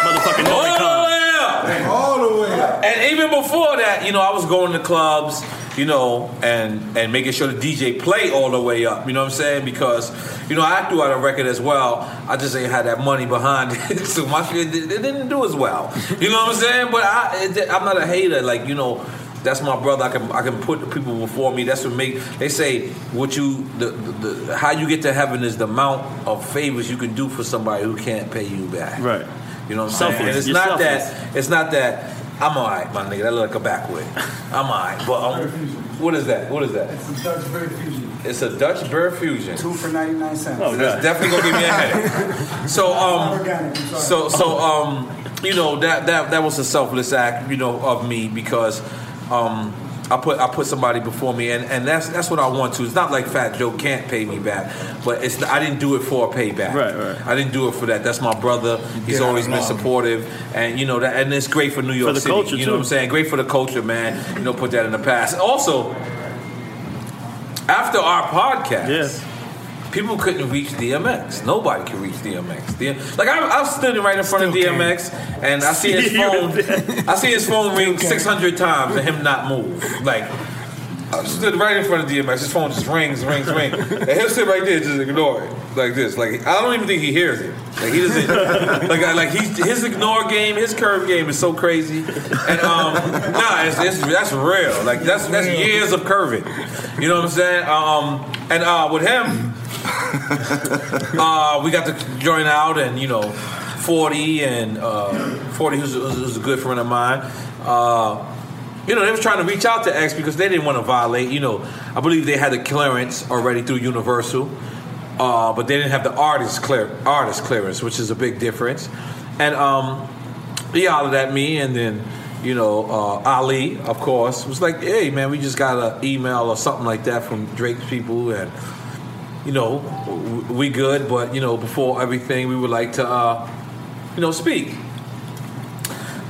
Motherfucking All the way up. and even before that, you know, I was going to clubs, you know, and and making sure the DJ play all the way up. You know what I'm saying? Because you know, I threw out a record as well. I just ain't had that money behind it, so my shit did- it didn't do as well. You know what I'm saying? But I, it, I'm not a hater. Like you know. That's my brother. I can I can put the people before me. That's what make they say what you the, the, the how you get to heaven is the amount of favors you can do for somebody who can't pay you back. Right. You know what I'm saying? Selfless. And it's You're not selfless. that it's not that I'm alright, my nigga. That look like a backward. I'm alright, but um, what is that? What is that? It's a Dutch Bird Fusion. It's a Dutch Burr fusion. Two for 99 cents. So that's definitely gonna give me a headache. So um, Organic, I'm sorry. so so um, you know that that that was a selfless act, you know, of me because um, I put I put somebody before me, and, and that's that's what I want to. It's not like Fat Joe can't pay me back, but it's I didn't do it for a payback. Right, right. I didn't do it for that. That's my brother. He's Yeah, always been wrong. supportive, and you know that, and it's great for New York the City. culture, you know what too. I'm saying? Great for the culture, man. You know, put that in the past. Also, after our podcast. people couldn't reach DMX. Nobody could reach DMX. D- like I, I was standing right in front of DMX, and I see his phone. I see his phone ring six hundred times and him not move. Like I stood right in front of DMX. His phone just rings, rings, rings, and he'll sit right there just ignore it like this. Like I don't even think he hears it. Like he doesn't. like I- like he's, his ignore game, his curve game is so crazy. And um, nah, it's, it's that's real. Like that's that's years of curving. You know what I'm saying? Um, and uh, with him uh, we got to join out, and you know, forty and uh, forty, who's, who's a good friend of mine. Uh, you know, they was trying to reach out to X because they didn't want to violate. You know, I believe they had the clearance already through Universal, uh, but they didn't have the artist clear artist clearance, which is a big difference. And um, he hollered at me, and then you know uh, Ali, of course, was like, "Hey, man, we just got an email or something like that from Drake's people, and you know, w- we good, but you know, before everything, we would like to, uh, you know, speak."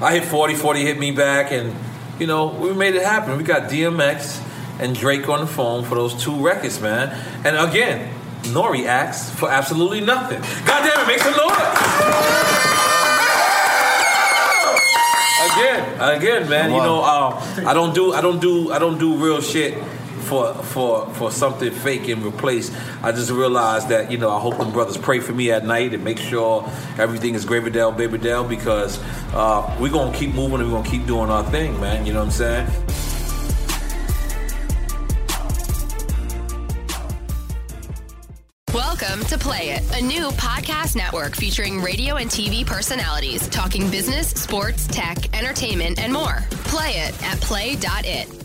I hit 40, 40 hit me back, and you know, we made it happen. We got DMX and Drake on the phone for those two records, man. And again, Nori acts for absolutely nothing. God damn it, make some noise! Again, again, man. You know, uh, I don't do, I don't do, I don't do real shit for for for something fake and replace. I just realized that you know, I hope them brothers pray for me at night and make sure everything is gravy down, baby down, because uh, we're gonna keep moving and we're gonna keep doing our thing, man. You know what I'm saying? Welcome to Play It, a new podcast network featuring radio and TV personalities talking business, sports, tech, entertainment, and more. Play it at play.it.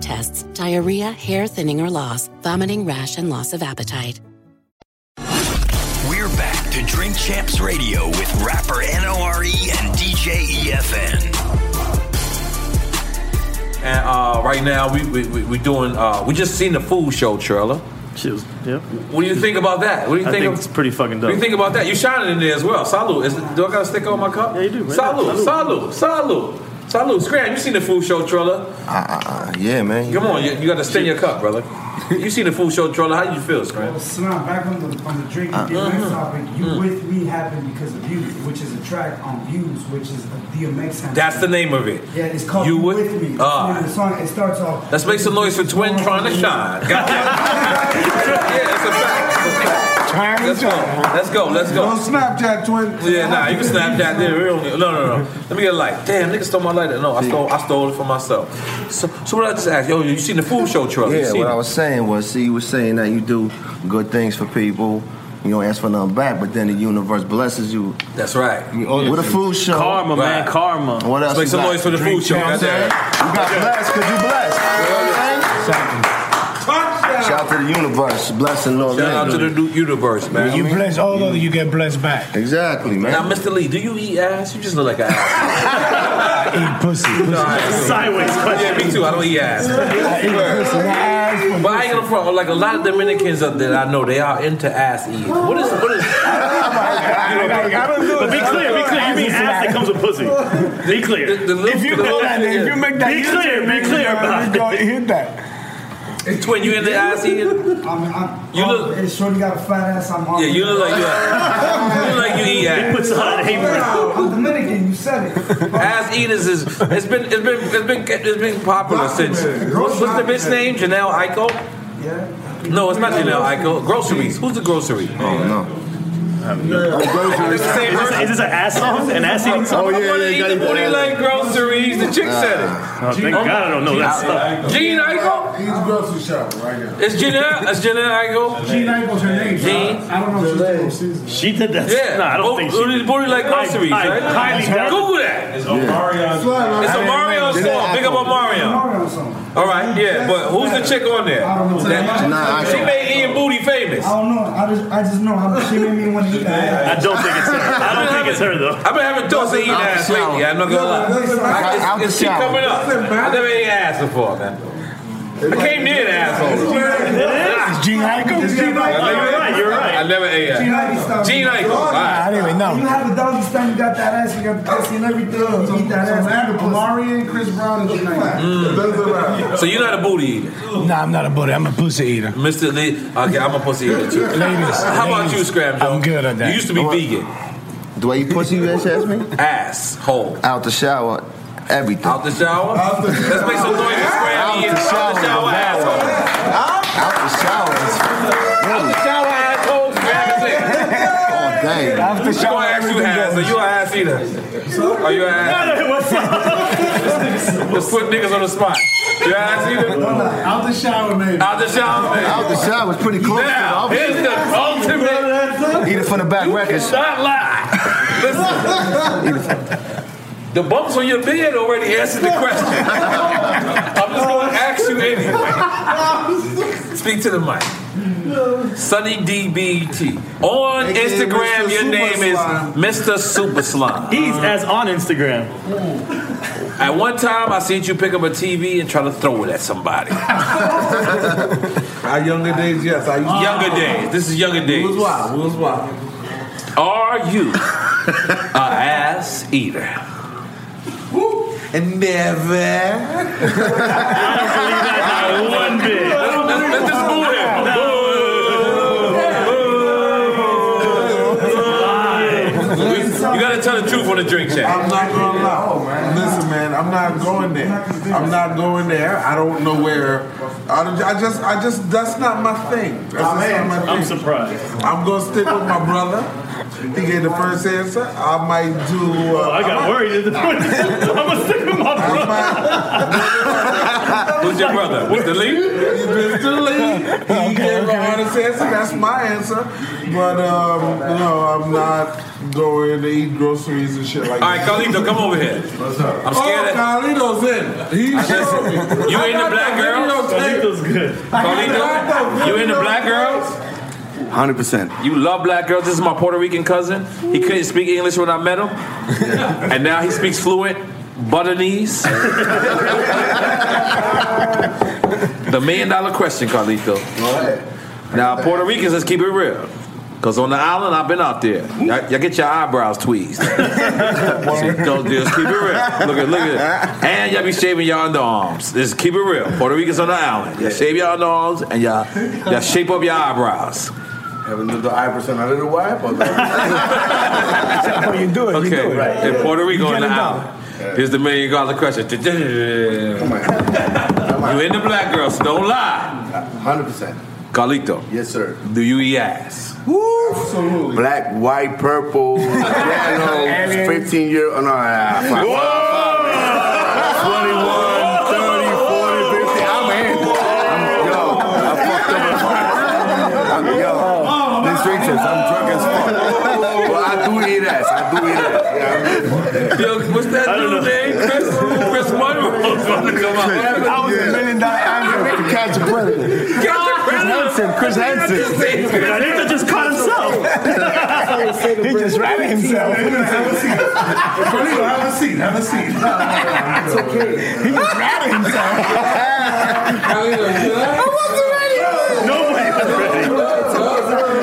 tests, diarrhea, hair thinning or loss, vomiting, rash, and loss of appetite. We're back to Drink Champs Radio with rapper NORE E and E DJ EFN. And uh, right now we we we, we doing uh, we just seen the food show trailer. yeah. What do you think about that? What do you I think? think of- it's pretty fucking what do dope. you think about that? You shining in there as well. Salute. Is, do I got a sticker on my cup? Yeah, you do. man. Salute. Salute. Salute. Salute. Scram, you seen the food show trailer? Uh, yeah, man. Come on, you, you got to stain your cup, brother. you seen the food show trailer? How you feel, Scram? Slam, back on the, on the Drake Ah, and DMX uh-huh. topic, Mm. You With Me happened because of you, which is a track on Views, which is a DMX soundtrack. That's the name of it. Yeah, it's called You You, With- with, Me. Ah. And the song, it starts off. Let's make some noise for Twin trying to shine. Time Let's go. Let's go. Let's go. Don't Snapchat twin. Yeah, nah, you can snap that. There, we don't need- no, no, no. Let me get a light. Damn, nigga stole my lighter. No, I stole, I stole it for myself. So, so what I just asked, yo, you seen the food show trailer? You Yeah, seen what I it? was saying was, see, you were saying that you do good things for people. You don't ask for nothing back, but then the universe blesses you. That's right. With a food show. Karma, man, karma. What Let's else? make you some got? noise for the food show. You know what I'm Goddamn. saying? You got blessed because you blessed. You know what I'm saying? Shout out to the universe, blessing Lord. Shout out to the du- universe, man. When you bless all you get blessed back. Exactly, man. Now, Mr. Lee, do you eat ass? You just look like an ass. eat pussy. Sideways question. Yeah, me too. I don't eat ass. But I ain't gonna front. Like a lot of Dominicans that I know, they are into ass eating. What is what is? But be clear, be clear. You mean ass that comes with pussy. Be clear. If you go that, if you make that, Be clear, be clear about it. it. Hit that. Twin, you in the ass eating? You look. It's shorty got a fat ass. I'm Yeah, you look like you. You look like you eat ass. I'm Dominican. You said it. Ass eaters is it's been it's been it's been it's been popular since what's, what's the bitch name Janelle Eichel? No, it's not Janelle Eichel. Groceries. Who's the grocery? Oh no. Is this- is this an ass song? An ass eating song? Oh, yeah, yeah, yeah, got Ah. it. Booty like groceries. The chick said it. Oh, thank God I don't know that song. Gene Eichel? He's grocery shopping right now. It's Janelle. It's Janelle Eichel. Gene Eichel's her name. Gene. I don't know. If she's She did that. Yeah. Nah, I don't Oh, think booty- she. Booty like groceries. I- I right? highly doubt it. Google that. It's a Mario song. Big up on Mario. All right, yeah, but who's the chick on there? That- She made Ian Booty famous. I don't know. I just, I just know. I'm, she made me want to eat that. I don't think it's her. I don't think it's her though. I've been having thoughts of eating ass lately. I'm not gonna lie. It's, it's keep coming up. I never ate ass before, man. I came near the asshole. It's Gene Oh, Hackle. It's Gene Hackle. You're right, you're right. I never ate Gene ass. Eichel. Gene Eichel. all I right. didn't even know. You have a doggy style. You got that ass. You got the pussy and everything. You eat that ass. Mm. Amari and Chris Brown is tonight. So you're not a booty eater, Nah, I'm not a booty. I'm a pussy eater. Mr. Lee. Okay, I'm a pussy eater too. Ladies, How about ladies, you, Scram? Joe? I'm good at that. You used to be vegan. Do I eat pussy? You guys ask me? Ass hole. Out the shower, everything. Out the shower. Out the Let's make some noise for Scram eating out the shower asshole. shower. Out the shower asshole. Scram is it. All day. After shower, ask you ass. Are you an ass eater? Are you an ass? Just put niggas on the spot. You an ass eater? Out the shower, man. Out the shower, man. Out the shower was pretty close. Now, to here's the ultimate. Eat it from the back records. Not lie. Listen. The bumps on your bed already answered the question. I'm just going to ask you anyway. Speak to the mic. Sunny DBT. On AKA Instagram, Mr. your Super name is Slime. Mr. Super Slime. He's as on Instagram. At one time, I seen you pick up a TV and try to throw it at somebody. Our younger days, yes. I used to- Younger days. This is younger days. We was wild. We was wild. Are you a ass eater? And never. Not one bit. Let's just boo him. Boo. Boo. You gotta got to tell the truth on the drink chat. I'm not gonna lie. Listen, man, I'm not going there. I'm not going there. I don't know where. I, don't- I just, I just, that's not my thing. That's just not my thing. I'm surprised. I'm gonna stick with my brother. He gave the first answer. I might do. Uh, I got Oh, worried at the point. I'm gonna stick with my brother. Who's your brother? Mr. Lee? Mr. Lee. He gave the honest answer. That's my answer. But um, no, I'm not going to eat groceries and shit like All right, that. Carlito, come over here. I'm scared. Oh, Carlito's in. He showed me. You ain't the black girl? Carlito's good. Carlito, you into black girls? Hundred percent. You love black girls. This is my Puerto Rican cousin. He couldn't speak English when I met him, and now he speaks fluent Butternese. the million dollar question, Carlito. Now Puerto Ricans, let's keep it real. Cause on the island, I've been out there. Y'all, y'all get your eyebrows tweezed. See, don't just keep it real. Look at, look at, it. and y'all be shaving your underarms. Just keep it real. Puerto Ricans on the island, y'all shave your underarms and y'all, y'all shape up your eyebrows. Haven't lived the eye percent under the wife or That's you do it. Okay. do it. Right. In Puerto Rico You on the get it done. island. Here's the million dollar question. You in the black girls, don't lie. 100%. Carlito. Yes, sir. Do you eat ass? Absolutely. Black, white, purple, yellow, 15 year. Oh, no, nah, fine. I'm, yo, this drink says I'm drunk as fuck. Well, I do eat ass. I do eat ass. Yo, what's that dude's name? Chris, Chris Monroe's gonna come out. I was a million dollar actor to catch a predator. Chris Hansen. Chris Hansen. Carlito just caught himself. he just ran himself. Have a seat. Carlito, have a seat. Have a seat. It's okay. He just rattled himself. Carlito, you there?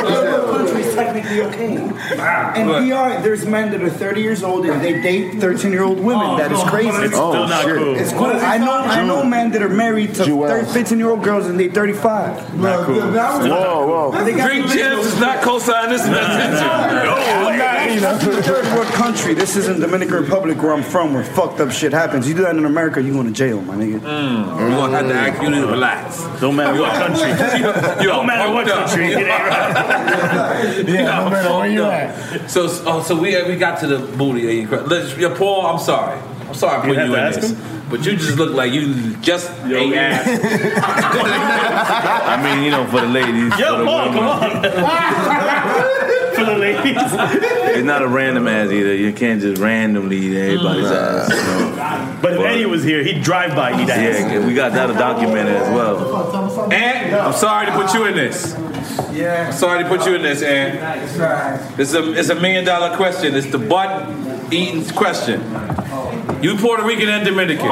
Other countries technically okay. And we are, there's men that are 30 years old and they date 13 year old women. that is no, crazy. it's still Oh, not shit. cool. It's cool. What is it I know, called? I know men that are married to 15 year old girls and they 35. Not cool. Whoa, They got Drink the champs is not co-sign this message. No way. That's a third world country. This isn't Dominican Republic where I'm from, where fucked up shit happens. You do that in America, you going to jail, my nigga. You gonna have to act. You need to relax. Don't matter what country. Don't matter what country, it ain't right. yeah, no matter where you at. So, oh, so we we got to the booty. of your cra- Let's, yeah, Paul, I'm sorry. I'm sorry I put you, have in to ask this, but you just look like you just ate ass. I mean, you know, for the ladies. Yo, Paul, come on. Oh, For the ladies. It's not a random ass either. You can't just randomly eat everybody's Mm. ass. But if Eddie was here, he'd drive by eat ass. Yeah, we got that documented as well. And I'm sorry to put you in this. Yeah. I'm sorry to put you in this, Ann. It's a it's a million dollar question. It's the butt eating question. You Puerto Rican and Dominican,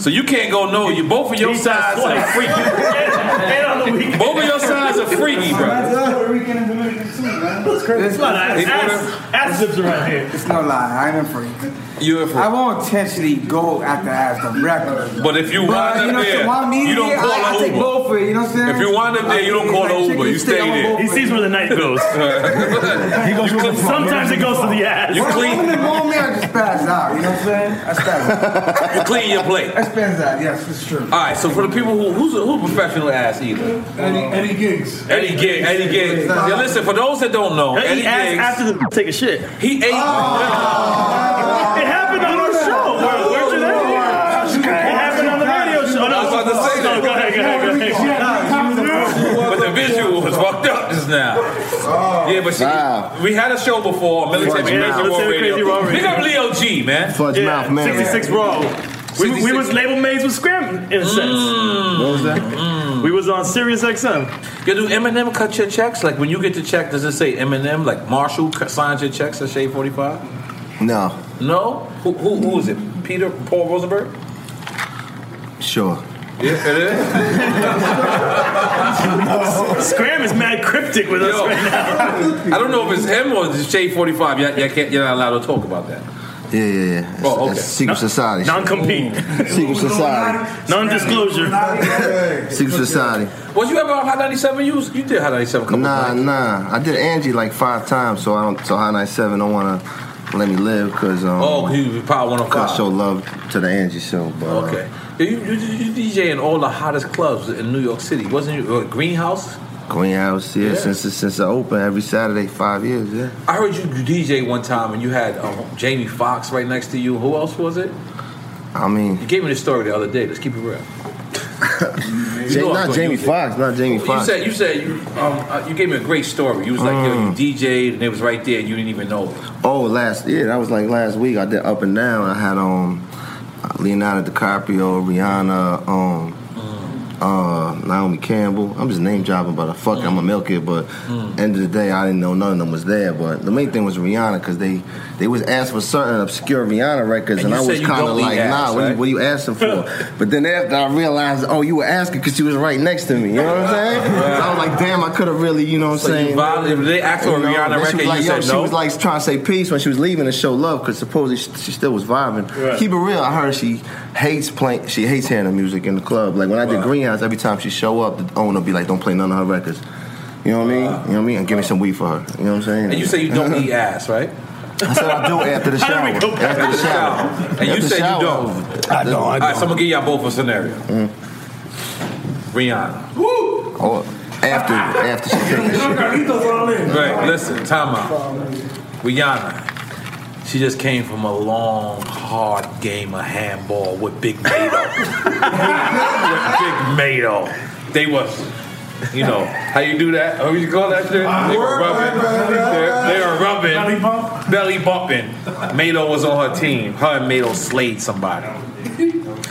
so you can't go no. You both of your sides are freaky. Both of your sides are freaky, bro. Puerto Rican and Dominican too, man. That's crazy. It's not ass- ass- ass zips around here. It's no lie. I'm a freak. You a freak. I won't intentionally go after ass the record. But if you But, wind you up know, so there, while I'm eating you don't it, call I- I an take Uber. both of it, you know what I'm saying? If you wind up there, you don't call an Uber. You stay there. He sees where the knife goes. He goes You- Sometimes it goes to the ass. You clean. I'm in the moment, I just pass out. You know what I'm saying? I pass out. You clean your plate. I pass out. Yes, it's true. All right, so for the people who who's a, who a professional ass eater, Eddie, Eddie Giggs. Eddie Giggs, Eddie Giggs. Now listen, for those that don't know, Eddie Eddie asked Giggs after the take a shit. He ate. It happened on our show. Where, where'd you that? It happened on the radio show. I was about to say No, that. go ahead, go ahead, go ahead. But the visual was fucked up just now. Oh. yeah, but she, we had a show before, Military Fudge Crazy Mouth. Raw Military Radio. Crazy Raw Radio. Big up Leo G, man. Fudge Yeah, Mouth Man. 66 Raw. We, we was label mates with Scram in a sense. What was that? We was on Sirius XM. Yo, Mm. do Eminem cut your checks? Like when you get the check, does it say Eminem? Like Marshall cu- signs your checks at Shade Forty Five? No, No. Who, who who is it? Peter Paul Rosenberg? sure. Yeah, it is. Scram is mad cryptic with us right now. I don't know if it's him or it's Shade Forty Five. Y'all, y'all can't, you're not allowed to talk about that. Yeah, yeah, yeah. It's, Oh, okay. it's secret Non- society. shit. non-compete. Secret society. Non-disclosure. Secret society. Was you ever on Hot 97? You, was- you did Hot 97 a couple Nah, times. nah. I did Angie like five times, so I don't. So High 97 don't want to let me live because um. Oh, you probably want to I show love to the Angie show, but uh, Okay. You, you, you you DJ in all the hottest clubs in New York City, wasn't you? Uh, Greenhouse? Greenhouse, yeah, Yeah. since since I opened every Saturday, five years, yeah. I heard you DJ one time and you had um, Jamie Foxx right next to you. Who else was it? I mean, You gave me the story the other day. Let's keep it real. Jay- know I not thought Jamie you did. Foxx, not Jamie You Foxx. said you said you, um, uh, you gave me a great story. You was like Mm. yo, you DJ'd and it was right there. and You didn't even know it. Oh, last yeah, that was like last week. I did up and down. I had um Leonardo DiCaprio, Rihanna, um Mm. uh Naomi Campbell. I'm just name dropping, but I fuck, it, I'm a milk it. But end of the day, I didn't know none of them was there. But the main thing was Rihanna because they they was asked for certain obscure Rihanna records, And you and, I said was you kind of don't need like, ass, nah, what, are you, right? what are you asking for? but then after I realized, oh, you were asking because she was right next to me. You know what I'm saying? So I was like, damn, I could have really, you know what I'm So you saying? violated- if they asked for a You know, Rihanna then record, she was you like, yo, said she no? was like trying to say peace when she was leaving to show love because supposedly she, she still was vibing. Right. Keep it real, I heard she hates playing. She hates hearing the music in the club. Like when I did Greenhouse, every time she show up, the owner be like, don't play none of her records. You know what I mean? You know what I mean? And give me some weed for her. You know what I'm saying? And you say you don't eat ass, right? I said I do after the shower. After the shower. And you After the said you shower. don't. I don't. All right, so I'm gonna give y'all both a scenario. Mm. Rihanna. Oh, after after she finished. Right. Listen, time out. Rihanna. She just came from a long, hard game of handball with Big Mato. with Big Mato. They was, you know, how you do that? How you call that shit? They were rubbing. They were rubbing. Belly bump. Belly bumping. Mato was on her team. Her and Mato slayed somebody.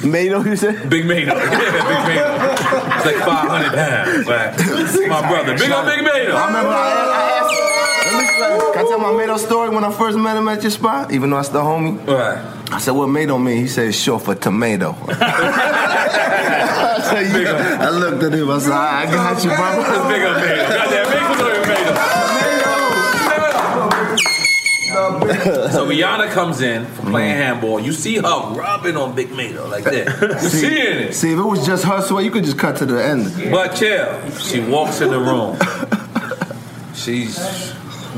Mato, you said? Big Mato. Yeah, Big Mato. It's like 500 pounds. Like, my brother. Big up Big Mato. I remember I asked. I asked- let me- Can I tell my Mado story when I first met him at your spot? Even though I still homie. Right. I said, "What Mado mean?" He said, "Short for tomato." I, said, yeah. I looked at him. I said, "All right, "I got you, brother." That's big up Mato. Goddamn, big up Mato. So Rihanna comes in from playing handball. You see her rubbing on Big Mato like that. You're seeing it. See, if it was just her sweat, you could just cut to the end. But chill. She walks in the room. She's,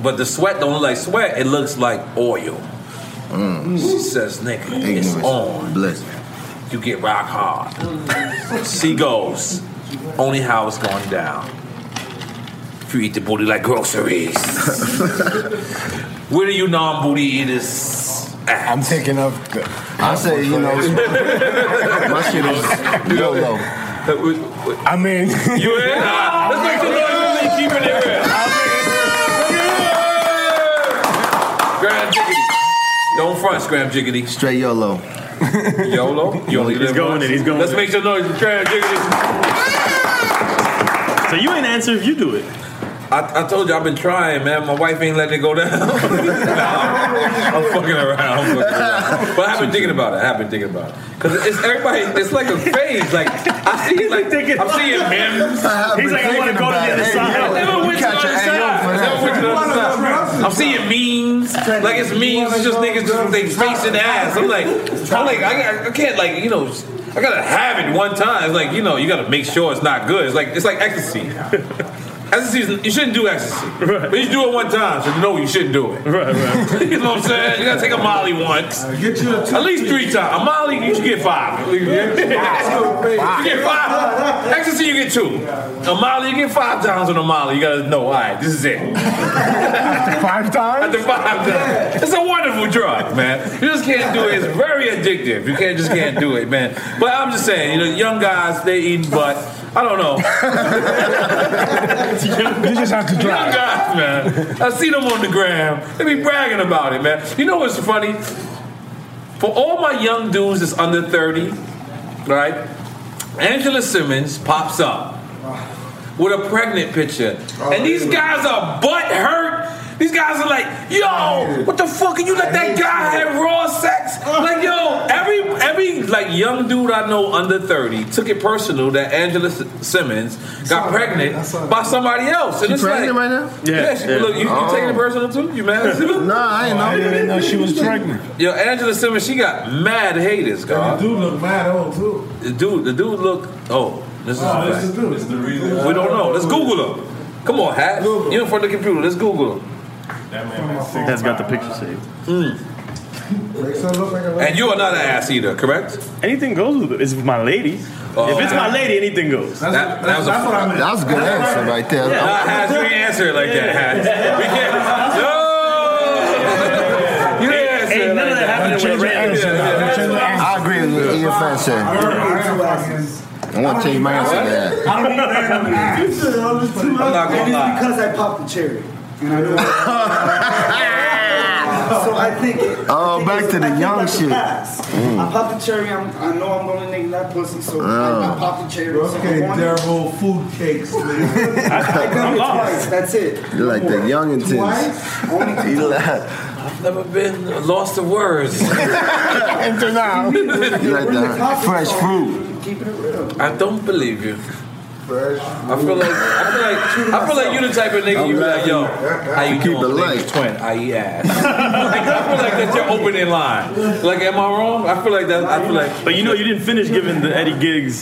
but the sweat don't look like sweat. It looks like oil. She says, "Nigga, it's on." You get rock hard. she goes. Only how it's going down. If you eat the booty like groceries. Where do you non-booty eaters? At? I'm thinking of. I say, you know, my shit is YOLO. uh, I mean, you in? Let's make some noise. Let's keep keeping it real. Graham Jiggity. Don't front, Scram Jiggity. Straight YOLO. YOLO? You only He's live going once. in, he's going Let's in. make some noise for Scram Jiggity. So you ain't answer if you do it. I, I told you I've been trying, man. My wife ain't letting it go down. Nah, I'm fucking around. I'm fucking around. But I've been thinking about it. I've been thinking about it because it's everybody. It's like a phase. Like I see, like I'm seeing him. He's like, I want to go to the other side. I never went to the other side. I never went to the other side. I'm seeing memes. Like it's memes. It's just niggas just they face and ass. I'm like, I'm like, I, I can't like you know. I gotta have it one time. It's like you know, you gotta make sure it's not good. It's like it's like ecstasy. Ecstasy, is- you shouldn't do ecstasy, right. but you should do it one time. So you know you shouldn't do it. Right, right. you know what I'm saying? You gotta take a Molly once, at least three times. A Molly, you should get five. you get five. Ecstasy, you get two. A Molly, you get five times on a Molly. You gotta know. All right, this is it. five times. After five times, it's a wonderful drug, man. You just can't do it. It's very addictive. You can't just can't do it, man. But I'm just saying, you know, young guys they eating butt. I don't know. you just have to drive. God, man. I see them on the gram. They be bragging about it, man. You know what's funny? For all my young dudes that's under 30, right? Angela Simmons pops Oh, up with a pregnant picture. and these guys are butt hurt. These guys are like, yo, Oh, what the fuck? Can you let that guy have raw sex? Oh. Like, yo, every every like young dude I know under thirty took it personal that Angela S- Simmons got pregnant by somebody else. She it's pregnant like, right now? Yeah. Uh-uh. Yeah. she- Look, you, you Oh. taking it personal too? You mad? Nah, I ain't know. I didn't know she was Oh. pregnant. Yo, Angela Simmons, she got mad haters, God. Dude look mad old too. The dude, the dude look. Oh, this is. Oh, this a is fact. dude. It's the reason. We don't know. Let's Google him. Come on, Hat. You in front of the computer. Let's Google him. That's got the picture saved. Mm. Makes her look like a And you are not an ass eater, correct? Oh, Anything goes with it. It's my lady. if it's my lady, anything goes. That's- That- that was a- that's what I meant. That was a good answer right there. Yeah. Nah, Hats, we ain't answer it like that, Hats. We can't. No! You didn't answer it like that. I agree with what Ian Fan said. I want to change my answer to that. I don't need random acts. I'm not gonna lie. Because I popped the cherry. And I know. so I think. it- Oh, back to the young shit. Mm. I popped the cherry. I'm, I know I'm gonna nigga that pussy, so I, I Oh. popped the cherry. so Okay, I want it. Daryl, food cakes. nigga. I got it twice. That's it. You're like the young and Only He laughed. I've never been lost to words. Until now. You like the Uh, fresh fruit. I don't believe you. I feel like I feel like I feel like you the type of nigga you be like, yo, how you keep doing, it twin? I eat ass. like, I feel like that's your opening line. Like, am I wrong? I feel like that. I feel like. But you know, you didn't finish giving the Eddie Giggs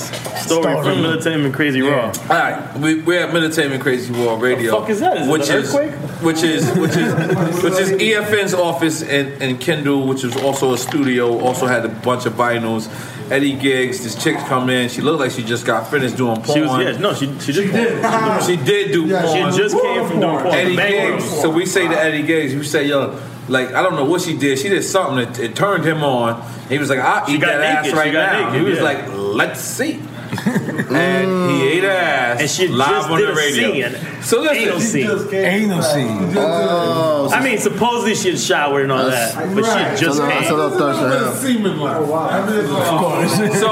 story, from Militant and Crazy Raw. All right, we, we're at Militainment Crazy War Radio. The fuck is that? Is it which an is earthquake? which is which is which is EFN's office in, in Kendall, which was also a studio. Also had a bunch of vinyls. Eddie Gigs, this chick come in. She looked like she just got finished doing porn. She was, yeah, no, she, she, did, porn. She did do Yeah, she porn. just came from doing porn. Eddie Bang Giggs. porn. So we say to Eddie Giggs, we say, yo, like I don't know what she did. She did something that it turned him on. He was like, I She eat got that naked. She ass right got now. naked, he was yeah. like, let's see. and he ate her ass And she live just on did the a radio. scene. So listen, Anal scene. Anal scene. Oh, I mean, supposedly she had showered and all That's- that, but Right. she just So, came. so that's Thursday. Semen like. Oh, Of course. So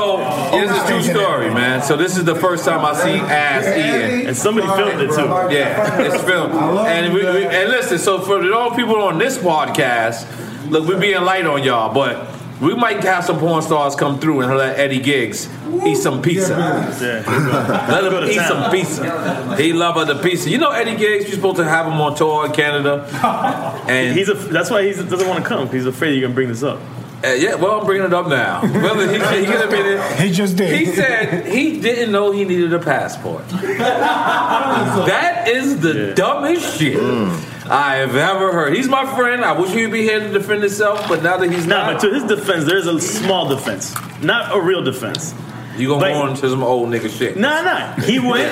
here's a true story, man. So this is the first time I see ass eating, And somebody filmed it, too. Yeah, it's filmed. And we, we and listen. So for the all people on this podcast, look, we're being light on y'all, but we might have some porn stars come through and let Eddie Giggs eat some pizza. Let Go him to eat town. some pizza. He love other pizza. You know Eddie Giggs. You're supposed to have him on tour in Canada, and He's a, that's why he doesn't want to come. 'cause He's afraid you're gonna bring this up. Uh, yeah, well, I'm bringing it up now. Brother, he, he could have been in- He just did. He said he didn't know he needed a passport. that is the dumbest shit Mm. I have ever heard. He's my friend. I wish he'd be here to defend himself, but now that he's Nah, not, but to his defense, there's a small defense, not a real defense. you gonna but- go on to some old nigga shit. Nah, nah. He went.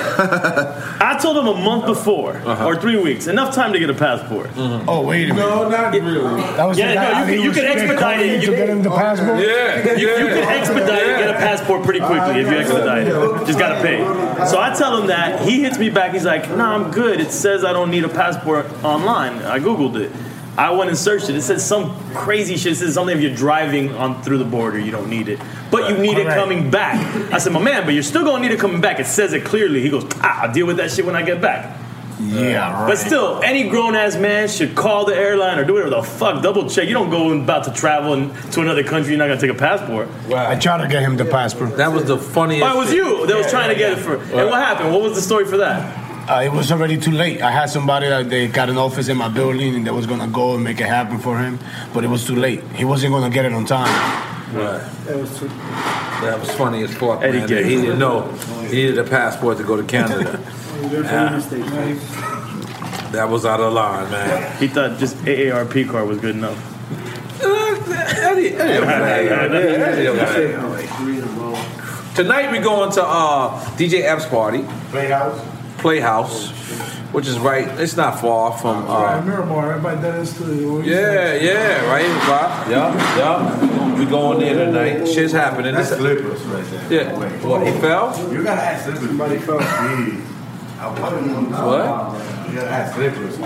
I told him a month before Uh-huh. or three weeks, enough time to get a passport. Mm-hmm. Oh, wait a minute. No, not really. That was Yeah, the guy no, you who can- you was can getting expedite Cody it. to get him the passport. Yeah, You, you can expedite and get a passport pretty quickly if you expedite it. Just gotta pay. So I tell him that. He hits me back. He's like, "Nah, I'm good. It says I don't need a passport online. I googled it. I went and searched it. It says some crazy shit. It says something if you're driving on through the border, you don't need it, but you need it coming back." I said, "My man, but you're still gonna need it coming back. It says it clearly." He goes, ah, "I'll deal with that shit when I get back." Yeah, right. But still, any grown ass man should call the airline or do whatever the fuck. Double check. You don't go about to travel in- to another country. You're not gonna take a passport. I tried to get him the passport. That was the funniest. Oh, it was you that was trying to get it for. And what happened? What was the story for that? Uh, it was already too late. I had somebody that they got an office in my building and that was gonna go and make it happen for him, but it was too late. He wasn't gonna get it on time. That was too. That was funny as fuck, Eddie man. that He Giggs. didn't know he needed a passport to go to Canada. Yeah, that was out of line, man. He thought just AARP card was good enough. Eddie, Eddie, Eddie, Tonight we're going to uh, DJ Epps' party, Playhouse. Playhouse, which is right. It's not far from. Right, Uh, Miramar, right by Dennis Studio. yeah, yeah, right. Bob. Yup, yup. We going there tonight. Shit's happening. That's This, slippers right there. yeah. What? He fell. You gotta ask slippers. Somebody fell. Yeah. I put him on. What? You gotta ask slippers.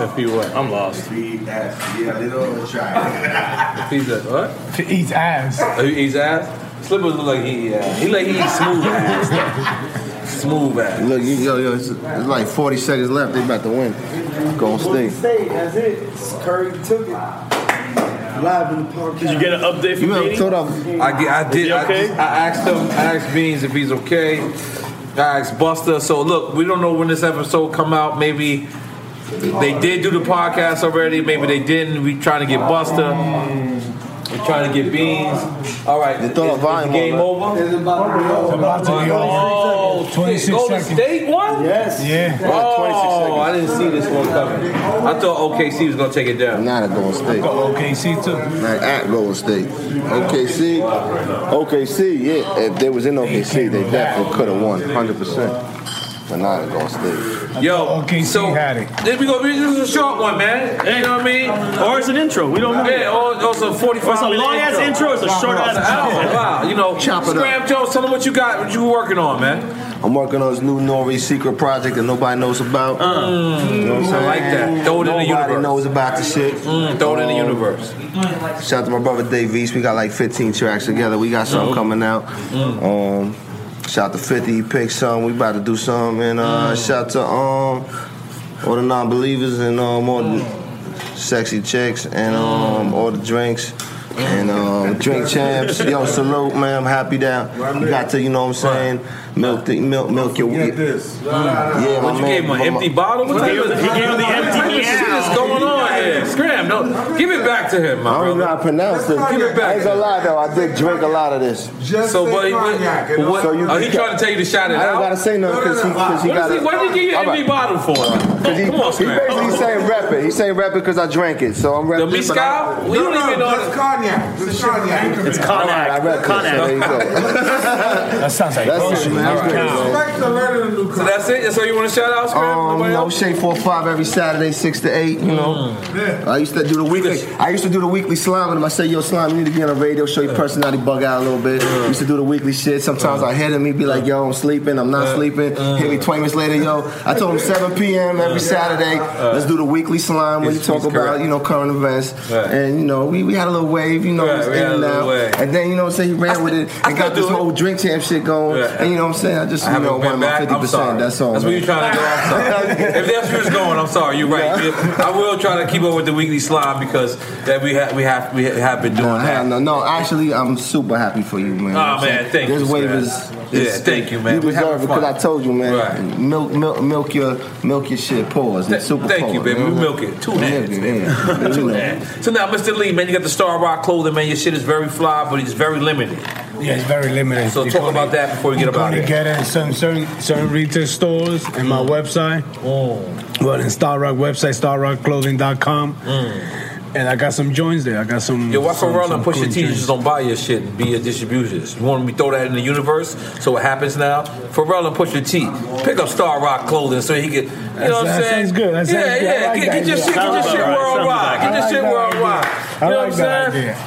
If he what? I'm lost. Feed ass. Yeah, little child. If he's a what? To eat ass. uh, He- He's ass. Slippers look like he eat ass. He like he eat smooth ass. smooth ass. Look, you, yo, yo, it's, it's like 40 seconds left. They about to win. Golden State. State, that's it. Curry took it. Live in the podcast. Did you get an update You know, told up. I, ge- I Is did. he I- okay? I, asked him. I asked Beans if he's okay. I asked Buster. So look, we don't know when this episode come out. Maybe they did do the podcast already. Maybe they didn't. We trying to get Buster. We're trying to get Beans. All right. They thought volume game over. Oh, shit, 26 Golden seconds. State won. Yes. Yeah. Oh, I didn't see this one coming. I thought OKC was gonna take it down. Not at Golden State. OKC too. Not at Golden State. OKC. OKC. Yeah. If they was in OKC, they definitely could have won 100. percent But not at Golden State. Yo, okay, so had it. There we go. This is a short one, man. You know what I mean? Or it's an intro. We don't know. Yeah, or, or it's a forty-five. It's a minute long-ass intro, it's a short-ass It's an hour. intro. Wow, you know. Chop it up. Scram Jones, tell them what you got. What you working on, man? I'm working on this new Norway secret project that nobody knows about. You know what I'm saying? Mm. I like that. Throw it in the Nobody universe. Mm, knows about the shit. throw it in the Um, universe. Shout out to my brother Dave East. We got like 15 tracks together. We got something Mhm. coming out. Mm. Um, shout out to 50. He picked some. We about to do some. And uh, Mm. shout out to um, all the non-believers and um, all Mm. the sexy chicks and um, all the drinks. Mm. And um, drink champs, yo, salute, man. I'm happy that you got to, you know what I'm saying, milk, the, milk, milk your. Get this. Yeah, What my you man- gave him? An my- empty bottle? What He type gave- of- he gave him the empty What the shit is meow. going on here? Scram! No, give it back to him, my I don't brother. know how to pronounce it. Give it back. I ain't gonna lie though, I did drink a lot of this. so, buddy, what, what, So you- are he trying to tell you to shout it out? I don't gotta say nothing because he, cause he What got is he- What did he give you an empty bottle for? Come on, He Scram. basically saying rep it. He's saying rep it because I drank it, so I'm repping. The it, but I- Miscal? We don't even know. It's cognac. It's cognac. It's cognac. I repped it, so there you go. That sounds like That's it, bullshit. man. That's good, man. So that's it. That's all you want to shout out, Scram? Um, you know, Shea 4 5 every Saturday, 6 to 8, you know. Mm. I used to do the weekly I used to do the weekly slime with him. I say, yo, slime, you need to get on the radio, show your personality bug out a little bit. Used to do the weekly shit. Sometimes I hit him, he'd be like, yo, I'm sleeping, I'm not sleeping. Hit me 20 minutes later, yo. I told him 7 p.m. every Saturday, let's do the weekly slime where you talk about, you know, current events. And you know, we, we had a little wave, you know, Right, it was we in had a and little out. wave. And then you know what I'm saying, he ran with it and got this whole drink champ shit going. And you know what I'm saying? I just I you haven't know been one my back. I'm fifty percent. sorry. That's all. That's what man. you're trying to do. I'm sorry. if that's where it's going, I'm sorry. You're right. I will try to keep up with the weekly slime because that we have we have we have been doing No, that. hell no, no. Actually, I'm super happy for you, man. Aw, man, thank you, this Scrap. wave is, Yeah, is- thank you, man. You We having deserve it because fun. I told you, man. Milk, milk, milk your, milk your shit. Pause. Th- super thank pause, you, baby. man. We milk it. Two hands, it, baby. yeah. Two You know. hands. So now, Mr. Lee, man, you got the Star Rock clothing, man. Your shit is very fly, but it's very limited. Yeah, it's very limited. So talk about that before we get I'm about gonna it. get it in some certain certain retail stores and my website. Oh. Well, in Star Rock website, starrockclothing.com. And I got some joints there. I got some. Mm. Yo, what's some, around and some push your cool teeth? joints. Just don't buy your shit and be your distributors. You want me to throw that in the universe so it happens now? Pharrell and push your teeth. Pick up Star Rock clothing so he could, you know what I'm That saying? sounds good. That sounds yeah, good. I yeah. like get, get that your shit, get your idea. shit Sounds alright. worldwide. Get your Sounds shit alright. I worldwide. You know like that what I'm saying? idea. Haz,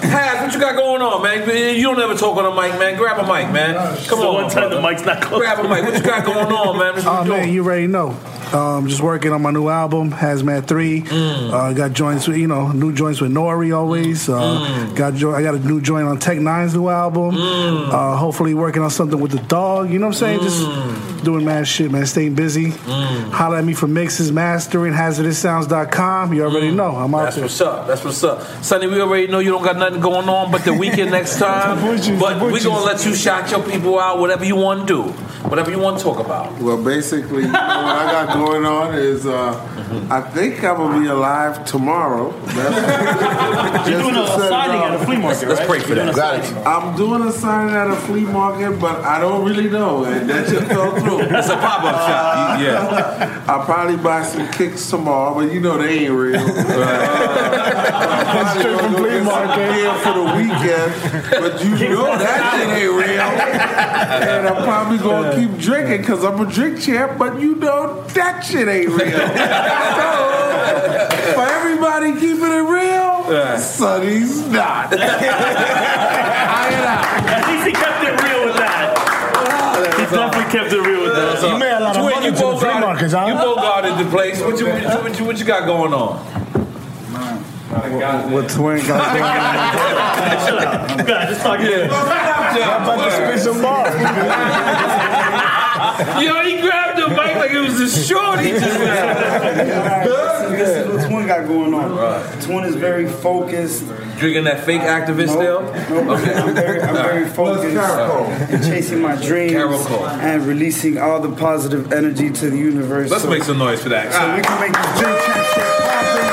what you got going on, man? You don't ever talk on a mic, man. Grab a mic, man. Come on. One time the mic's not close. Grab a mic. What you got going on, man? What you Oh man, you already know. Um, just working on my new album, Hazmat Three. Uh, got joints, with, you know, new joints with Nori always. Uh, Got jo- I got a new joint on Tech Nine's new album. Uh, hopefully, working on something with the dog. You know what I'm saying? Just doing mad shit, man. Staying busy. Holla at me for mixes, mastering, hazardoussounds.com. You already know. I'm out That's what's up. That's what's up. Sonny, we already know you don't got nothing going on but the weekend next time. but we're going to let you shout your people out, whatever you want to do, whatever you want to talk about. Well, basically, you know, what I got going on is uh, I think I'm gonna be alive tomorrow. That's You're doing just a to set it signing up. at a flea market, Let's- let's right? pray for You're that. doing a Got it. signing. I'm doing a signing at a flea market, but I don't really know, and that just fell through. It's a pop up shop. Yeah. I'll probably buy some kicks tomorrow, but you know they ain't real. Uh, That's straight from flea market. for the weekend, but you know that shit ain't real. And I'm probably gonna keep drinking because I'm a drink champ, but you know that shit ain't real. so, for everybody keeping it real, Sonny's not. At least he kept it real with that. He definitely kept it real with that. You made a lot of Twin, money you to the both free got it. markets, huh? You both guarded the place. What you, what, you, what, you, what you got going on? What Twin got going on? God, just talk to him. How about to spit some bars? Yo, he grabbed the mic like it was a shorty just now. this is what Twin got going on. Twin is very focused. Drinking that fake activist still? Okay. I'm very, I'm very focused and chasing my dreams and releasing all the positive energy to the universe. Let's So- make some noise for that. So we can make this dream trap shit happen.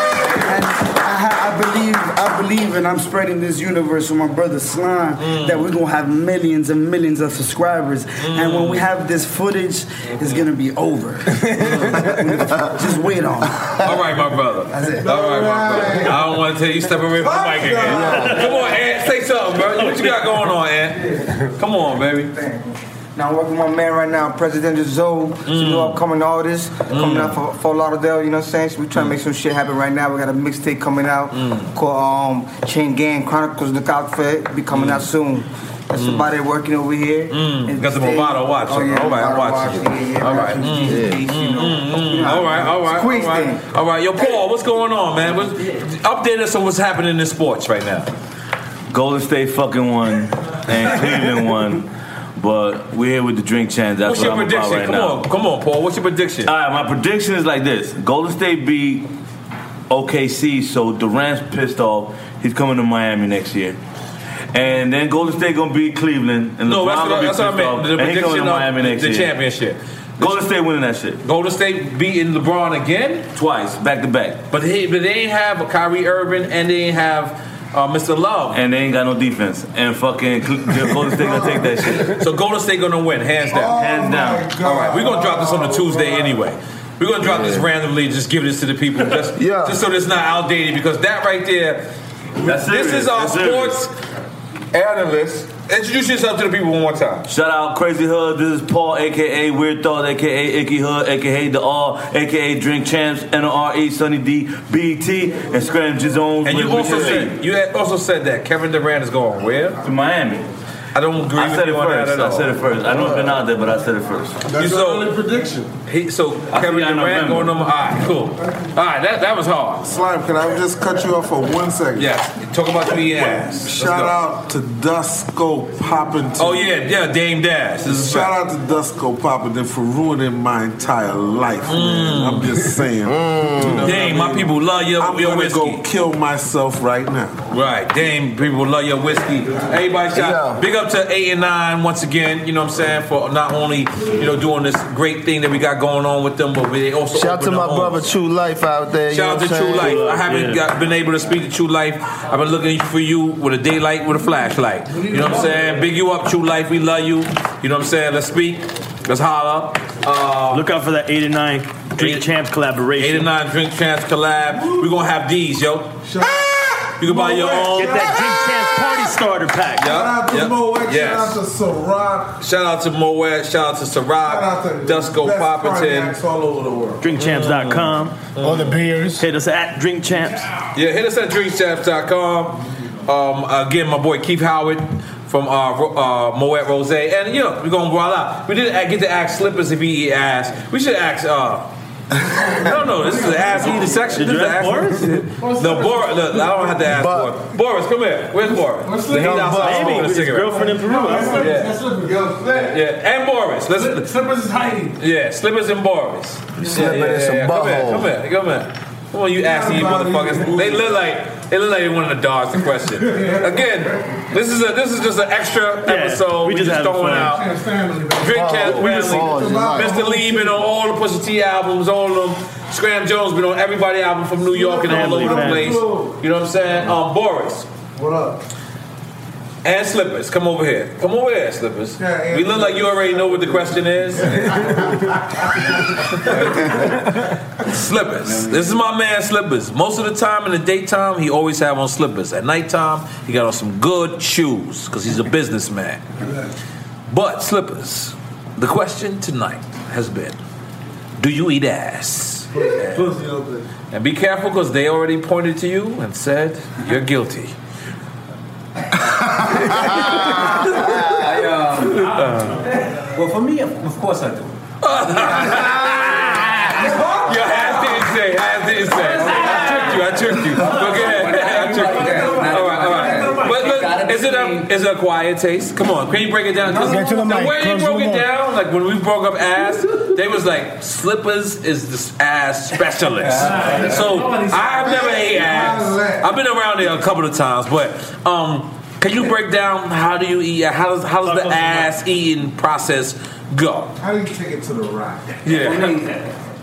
And I, ha- I believe, I believe, and I'm spreading this universe with my brother Slime Mm. that we're gonna have millions and millions of subscribers. And when we Mm. have this footage, it's gonna be over. Just wait on. it. All right, my brother. That's it. All right, my brother. I don't want to tell you step away from the mic again. Come on, Ant. Say something, bro. What you got going on, Ant? Come on, baby. Now I'm working with my man right now, President Zoe. She's a new upcoming artist coming out for, for Lauderdale, you know what I'm saying? So we trying to make some shit happen right now. We got a mixtape coming out called um, Chain Gang Chronicles. Look out for it. Be coming out soon. That's somebody working over here. And Got the stay- Movado watching. Oh, yeah, all right, I'm Movado watching. watching. Yeah, yeah, all right. watching these beats, you know. Mm, All right, all right. Squeeze all right. All right, yo, Paul, what's going on, man? What's, update us on what's happening in sports right now. Golden State fucking won and Cleveland won, but we're here with the drink chance. That's what's what your I'm prediction? about right come now. on, come on, Paul. What's your prediction? All right, my prediction is like this: Golden State beat OKC, so Durant's pissed off. He's coming to Miami next year, and then Golden State gonna beat Cleveland, and no, LeBron that's gonna what, be that's pissed what I meant. off, and The he coming prediction to of Miami next the year. championship. Golden State winning that shit. Golden State beating LeBron again twice, back to back. But he, but they ain't have Kyrie Irving and they ain't have uh, Mr. Love. And they ain't got no defense. And fucking Cle- Golden State gonna take that shit. So Golden State gonna win, hands Oh down. hands down. All right, we're gonna drop this on a Tuesday anyway. We're gonna drop this randomly, just give this to the people, just, just so it's not outdated because that right there, That's this serious. is our That's serious. sports analyst. Introduce yourself to the people one more time. Shout out Crazy Hood. This is Paul, aka Weird Thought, aka Icky Hood, aka The R, aka Drink Champs, NRE, E, Sunny D, BT, and Scram Jones. And you also said you had also said that Kevin Durant is going where? To Miami. I don't agree I with said you it on that first. at I said it all. first. I know it's been out there, but I said it first. That's your only prediction. He, so Kevin I Durant remember. going number. All right, cool. All right, that, that was hard. Slime, can I just cut you off for one second? Yes. Talk about the ass. Let's Shout go. out to Dusko Poppin. Oh yeah, yeah, Dame Dash. This is Shout out to Dusko Poppin for ruining my entire life. Man. I'm just saying. You Mm. know Dame, what I Mm. my people love your, I'm your gonna whiskey. go kill myself right now. Right, Dame, people love your whiskey. Everybody, shout big up to eight and nine once again. You know what I'm saying for not only you know doing this great thing that we got going on with them, but they also Shout out to open my their own. brother True Life out there. you Shout know out what to I'm True Life. saying? I haven't got, been able to speak to True Life. I've been looking for you with a daylight, with a flashlight. You know what I'm saying? Big you up, True Life. We love you. You know what I'm saying? Let's speak. Let's holler. Uh, Look out for that 8 and 9 Drink Champs collaboration. 8 and 9 Drink Champs collab. We're going to have these, yo. You can buy your own. Get that Drink Champs party starter pack. Yup, yup. Shout out Yes. to Ciroc. Shout out to Moet. Shout out to Sarab. Dusko Popperton. all over the world. DrinkChamps.com. All the beers. Hit us at Drink Champs. Yeah, hit us at drinkchaps.com. Um, again, my boy Keith Howard from uh, Ro- uh, Moet Rose. And, you know, we're going to roll out. We didn't get to ask Slippers if he eat ass. We should ask. Uh, no, no, this is an ass eating section. This is an ass Boris? No, Boris. Look, I don't have to ask Boris. Boris, come here. Where's Boris? Slippers? He's outside Baby, smoking a with his cigarette. girlfriend in Peru. Yeah. Yeah, and Boris. Let's, Slippers is hiding. Yeah, Slippers and Boris. Slipping yeah, in some Come here, butthole. come here, come here. Come on, you asking these motherfuckers. They look like they look like they wanted to dodge the question. Again, this is a this is just an extra episode. we We, just just, having throwing fun. out drink cast Oh, we just- Mr. Lee been on all the Pusha T albums, all of them. Scram Jones been on everybody album from New York and all Family, over the man. place. You know what I'm saying? Um, Boris. What up? And Slippers, come over here. Come over here, Slippers. yeah. we look like you already know what the question is. slippers. This is my man, Slippers. Most of the time in the daytime, he always have on slippers. At nighttime, he got on some good shoes because he's a businessman. But Slippers, the question tonight has been, do you eat ass? Pussy open. And be careful because they already pointed to you and said you're guilty. I, uh, well, for me, of course I do. Your ass didn't say, ass didn't say. I tricked you, I tricked you. Go ahead. I tricked you. All right, all right. But look, it's Is it a is it a quiet taste? Come on, can you break it down? 'Cause Get to the mic, way close you to broke the it mic. down, like when we broke up ass, they was like slippers is the ass specialist. so I've never ate ass. I've been around there a couple of times, but um, can you break down how do you eat? How does how does the ass eating process go? How do you take it to the rack? Yeah,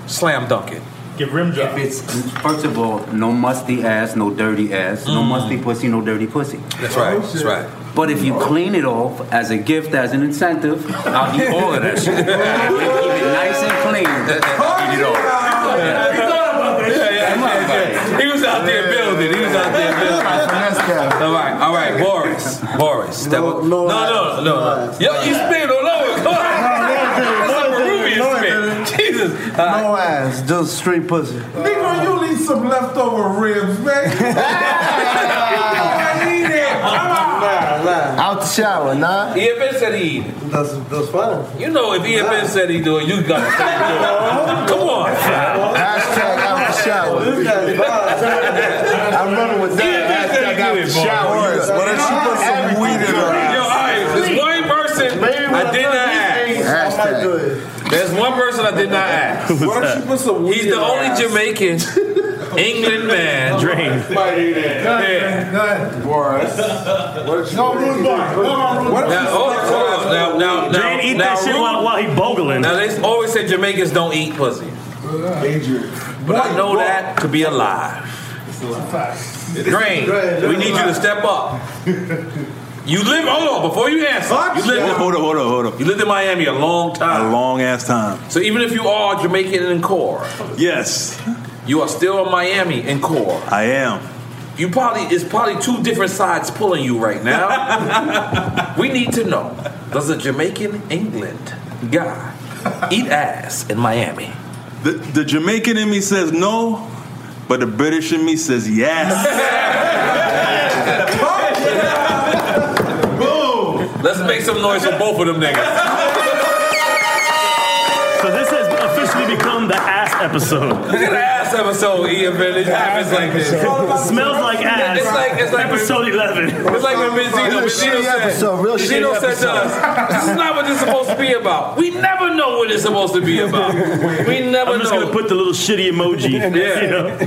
slam dunk it. Give rim job. If it's first of all, no musty ass, no dirty ass, Mm. no musty pussy, no dirty pussy. That's right. That's right. But if you clean it off as a gift, as an incentive, I'll eat all of that shit. Keep it nice and clean. Eat it all. He was out there building. He was out there building. All right, all right, Boris, Boris. that was- no, no, no, no, no. Yo, you spit all over. Come on. That's like Peruvian spit. Jesus. No ass, just straight pussy. Nigga, you leave some leftover ribs, man. Out the shower, nah. EFN said he eat it. That's, that's fine. You know, if EFN said he do it, you got to Come on. Hashtag out the shower. I'm running with that. Hashtag out the shower. What if she put some weed in her Yo, all right, there's one person I did not ask. There's one person I did not ask. Why don't you put some weed He's the in her only ass? Jamaican England man. Drain. Boris. No rude boy. No rude Now, hold on, hold on. Now, now, now, Didn't eat now, that shit Ru- while- while he bogling. Now they always say Jamaicans don't eat pussy, but I know that could be a lie. Drain, we need you to step up. You live. Hold on, before you answer, you lived in, hold up, hold up, hold up. You lived in Miami a long time, a long ass time. so even if you are Jamaican in core, yes, you are still in Miami in core. I am. You probably it's probably two different sides pulling you right now. we need to know: Does a Jamaican England guy eat ass in Miami? The, the Jamaican in me says no, but the British in me says yes. Boom! Let's make some noise for both of them niggas. So this has officially become the ass episode. Look at the ass episode, Ian Man. It happens like this. Smells like ass. It's like it's like episode eleven. It's like when Benzino, Real shitty Benzino said, episode, real Benzino shitty said to us, "This is not what this is supposed to be about. We never know what it's supposed to be about. We never I'm just know." gonna put the little shitty emoji. Yeah. You know?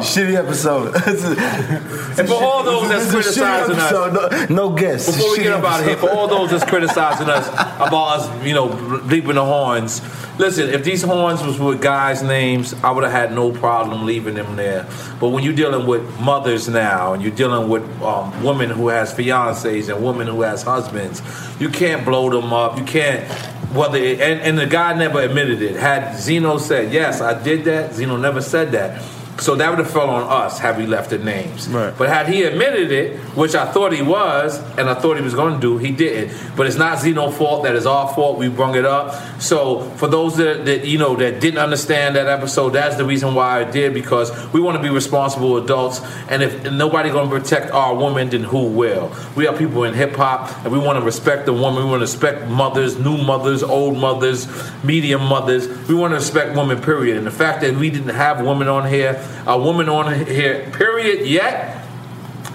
Shitty episode. And for all those that's It's a shitty criticizing us, episode. No, no guests. Before we Shitty get up out of here, episode. for all those that's criticizing us about us, you know, bleeping the horns, listen, if these horns was with guys' names, I would have had no problem leaving them there. But when you're dealing with mothers now and you're dealing with um, women who has fiancés and women who has husbands, you can't blow them up. You can't. Whether it, and, and the guy never admitted it. Had Zeno said, yes, I did that, Zeno never said that. So that would have fell on us had we left the names. But had he admitted it, which I thought he was, and I thought he was going to do, he didn't. But it's not Zeno's fault. That is our fault. We brung it up. So for those that, that you know that didn't understand that episode, that's the reason why I did because we want to be responsible adults. And if nobody going to protect our woman, then who will? We are people in hip hop, and we want to respect the woman. We want to respect mothers, new mothers, old mothers, medium mothers. We want to respect women. Period. And the fact that we didn't have women on here, a woman on here, period, yet.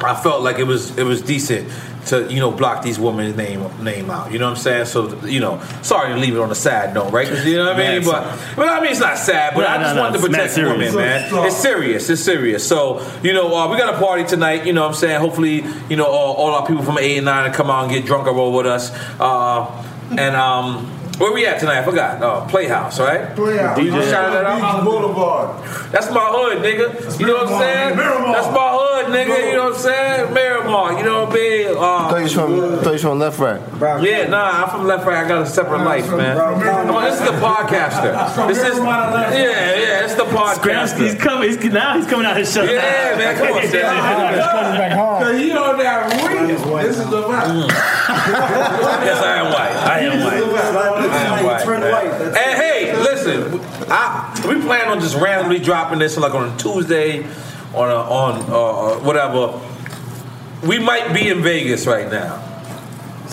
I felt like it was it was decent to you know block these women's name name out. You know what I'm saying? So you know, sorry to leave it on a sad note, right? 'Cause you know what I mean? Man, But well, I mean it's not sad, but No, I no, just no, wanted it's to mad protect serious. women, man. It's serious. It's serious. So you know, uh, we got a party tonight. You know what I'm saying? Hopefully, you know all, all our people from eight and nine to come out and get drunk or roll with us. Uh, and um, where we at tonight? I forgot. Uh, Playhouse, right? Playhouse. You just shouted that out. Beach Boulevard. That's my hood, nigga. You know what I'm saying? Miramar. That's my hood, nigga. You know what I'm saying? Miramar. You know what I mean? Thought Uh, you was from, thought you was from left, right. yeah, nah, I'm from Left Right. I got a separate life, man. Come on, this is the podcaster. This is yeah, yeah. It's the Scraps, he's podcaster. coming. He's, now he's coming out his shut. Yeah, man, come on, Sam. Cause you know that weed. This is the vibe. Yes, I am white. I am white. I am white. man. And hey, listen, I we plan on just randomly dropping this like on a Tuesday, on a, on uh, whatever. We might be in Vegas right now.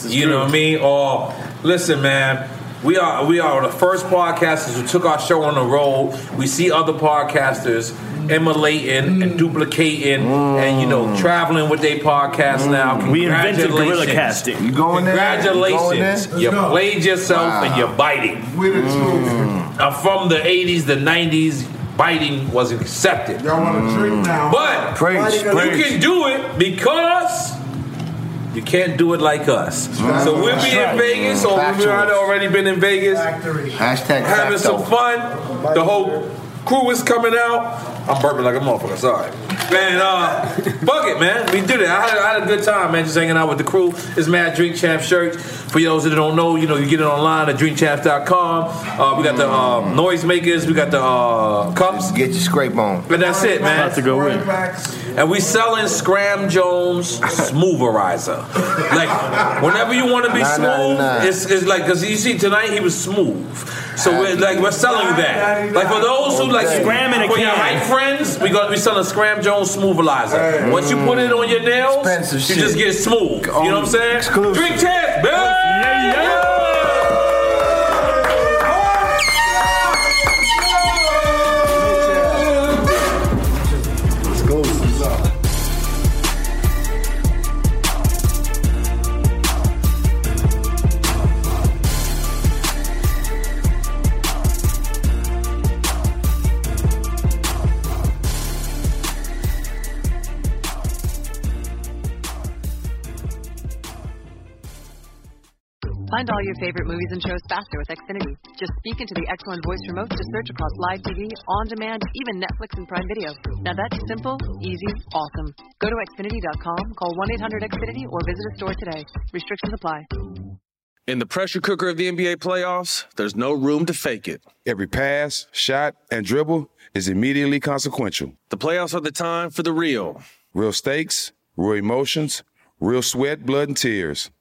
You know what I mean? Or listen, man. We are we are the first podcasters who took our show on the road. We see other podcasters emulating and duplicating and you know traveling with their podcast now. Mm. We invented gorilla Congratulations. casting. You going there? Going there? Congratulations! Let's You go. played yourself and you're biting. Mm. Hmm. Uh, from the '80s, the '90s. Biting was accepted. Y'all want Mm. to drink now? But Preach, you preach. can do it because you can't do it like us. So we'll be That's in right. Vegas, or we've Factual. already been in Vegas, Hashtag having some facto. fun. The whole crew is coming out. I'm burping like a motherfucker. Sorry, man. Uh, fuck it, man. We did it. I had, I had a good time, man. Just hanging out with the crew. It's Mad Drink Champ shirts. For those that don't know, you know, you get it online at drinkchamps.com. Uh, we got the um, noisemakers. We got the uh, cups. Get your scrape on. But that's it, man. About to go in. And we selling Scram Jones Smootherizer. like whenever you want to be Nah, nah, smooth, nah. it's, it's like because you see tonight he was smooth. So we're like we're selling that. Like for those who like Okay. Scram in a for your can. right friends, we gonna be selling Scram Jones Smootherizer. Once you put it on your nails, you shit. just get smooth. You know what I'm saying? Drink test, baby. Find all your favorite movies and shows faster with Xfinity. Just speak into the X1 voice remote to search across live TV, on demand, even Netflix and Prime Video. Now that's simple, easy, awesome. Go to Xfinity.com, call 1 800 Xfinity, or visit a store today. Restrictions apply. In the pressure cooker of the NBA playoffs, there's no room to fake it. Every pass, shot, and dribble is immediately consequential. The playoffs are the time for the real. Real stakes, real emotions, real sweat, blood, and tears,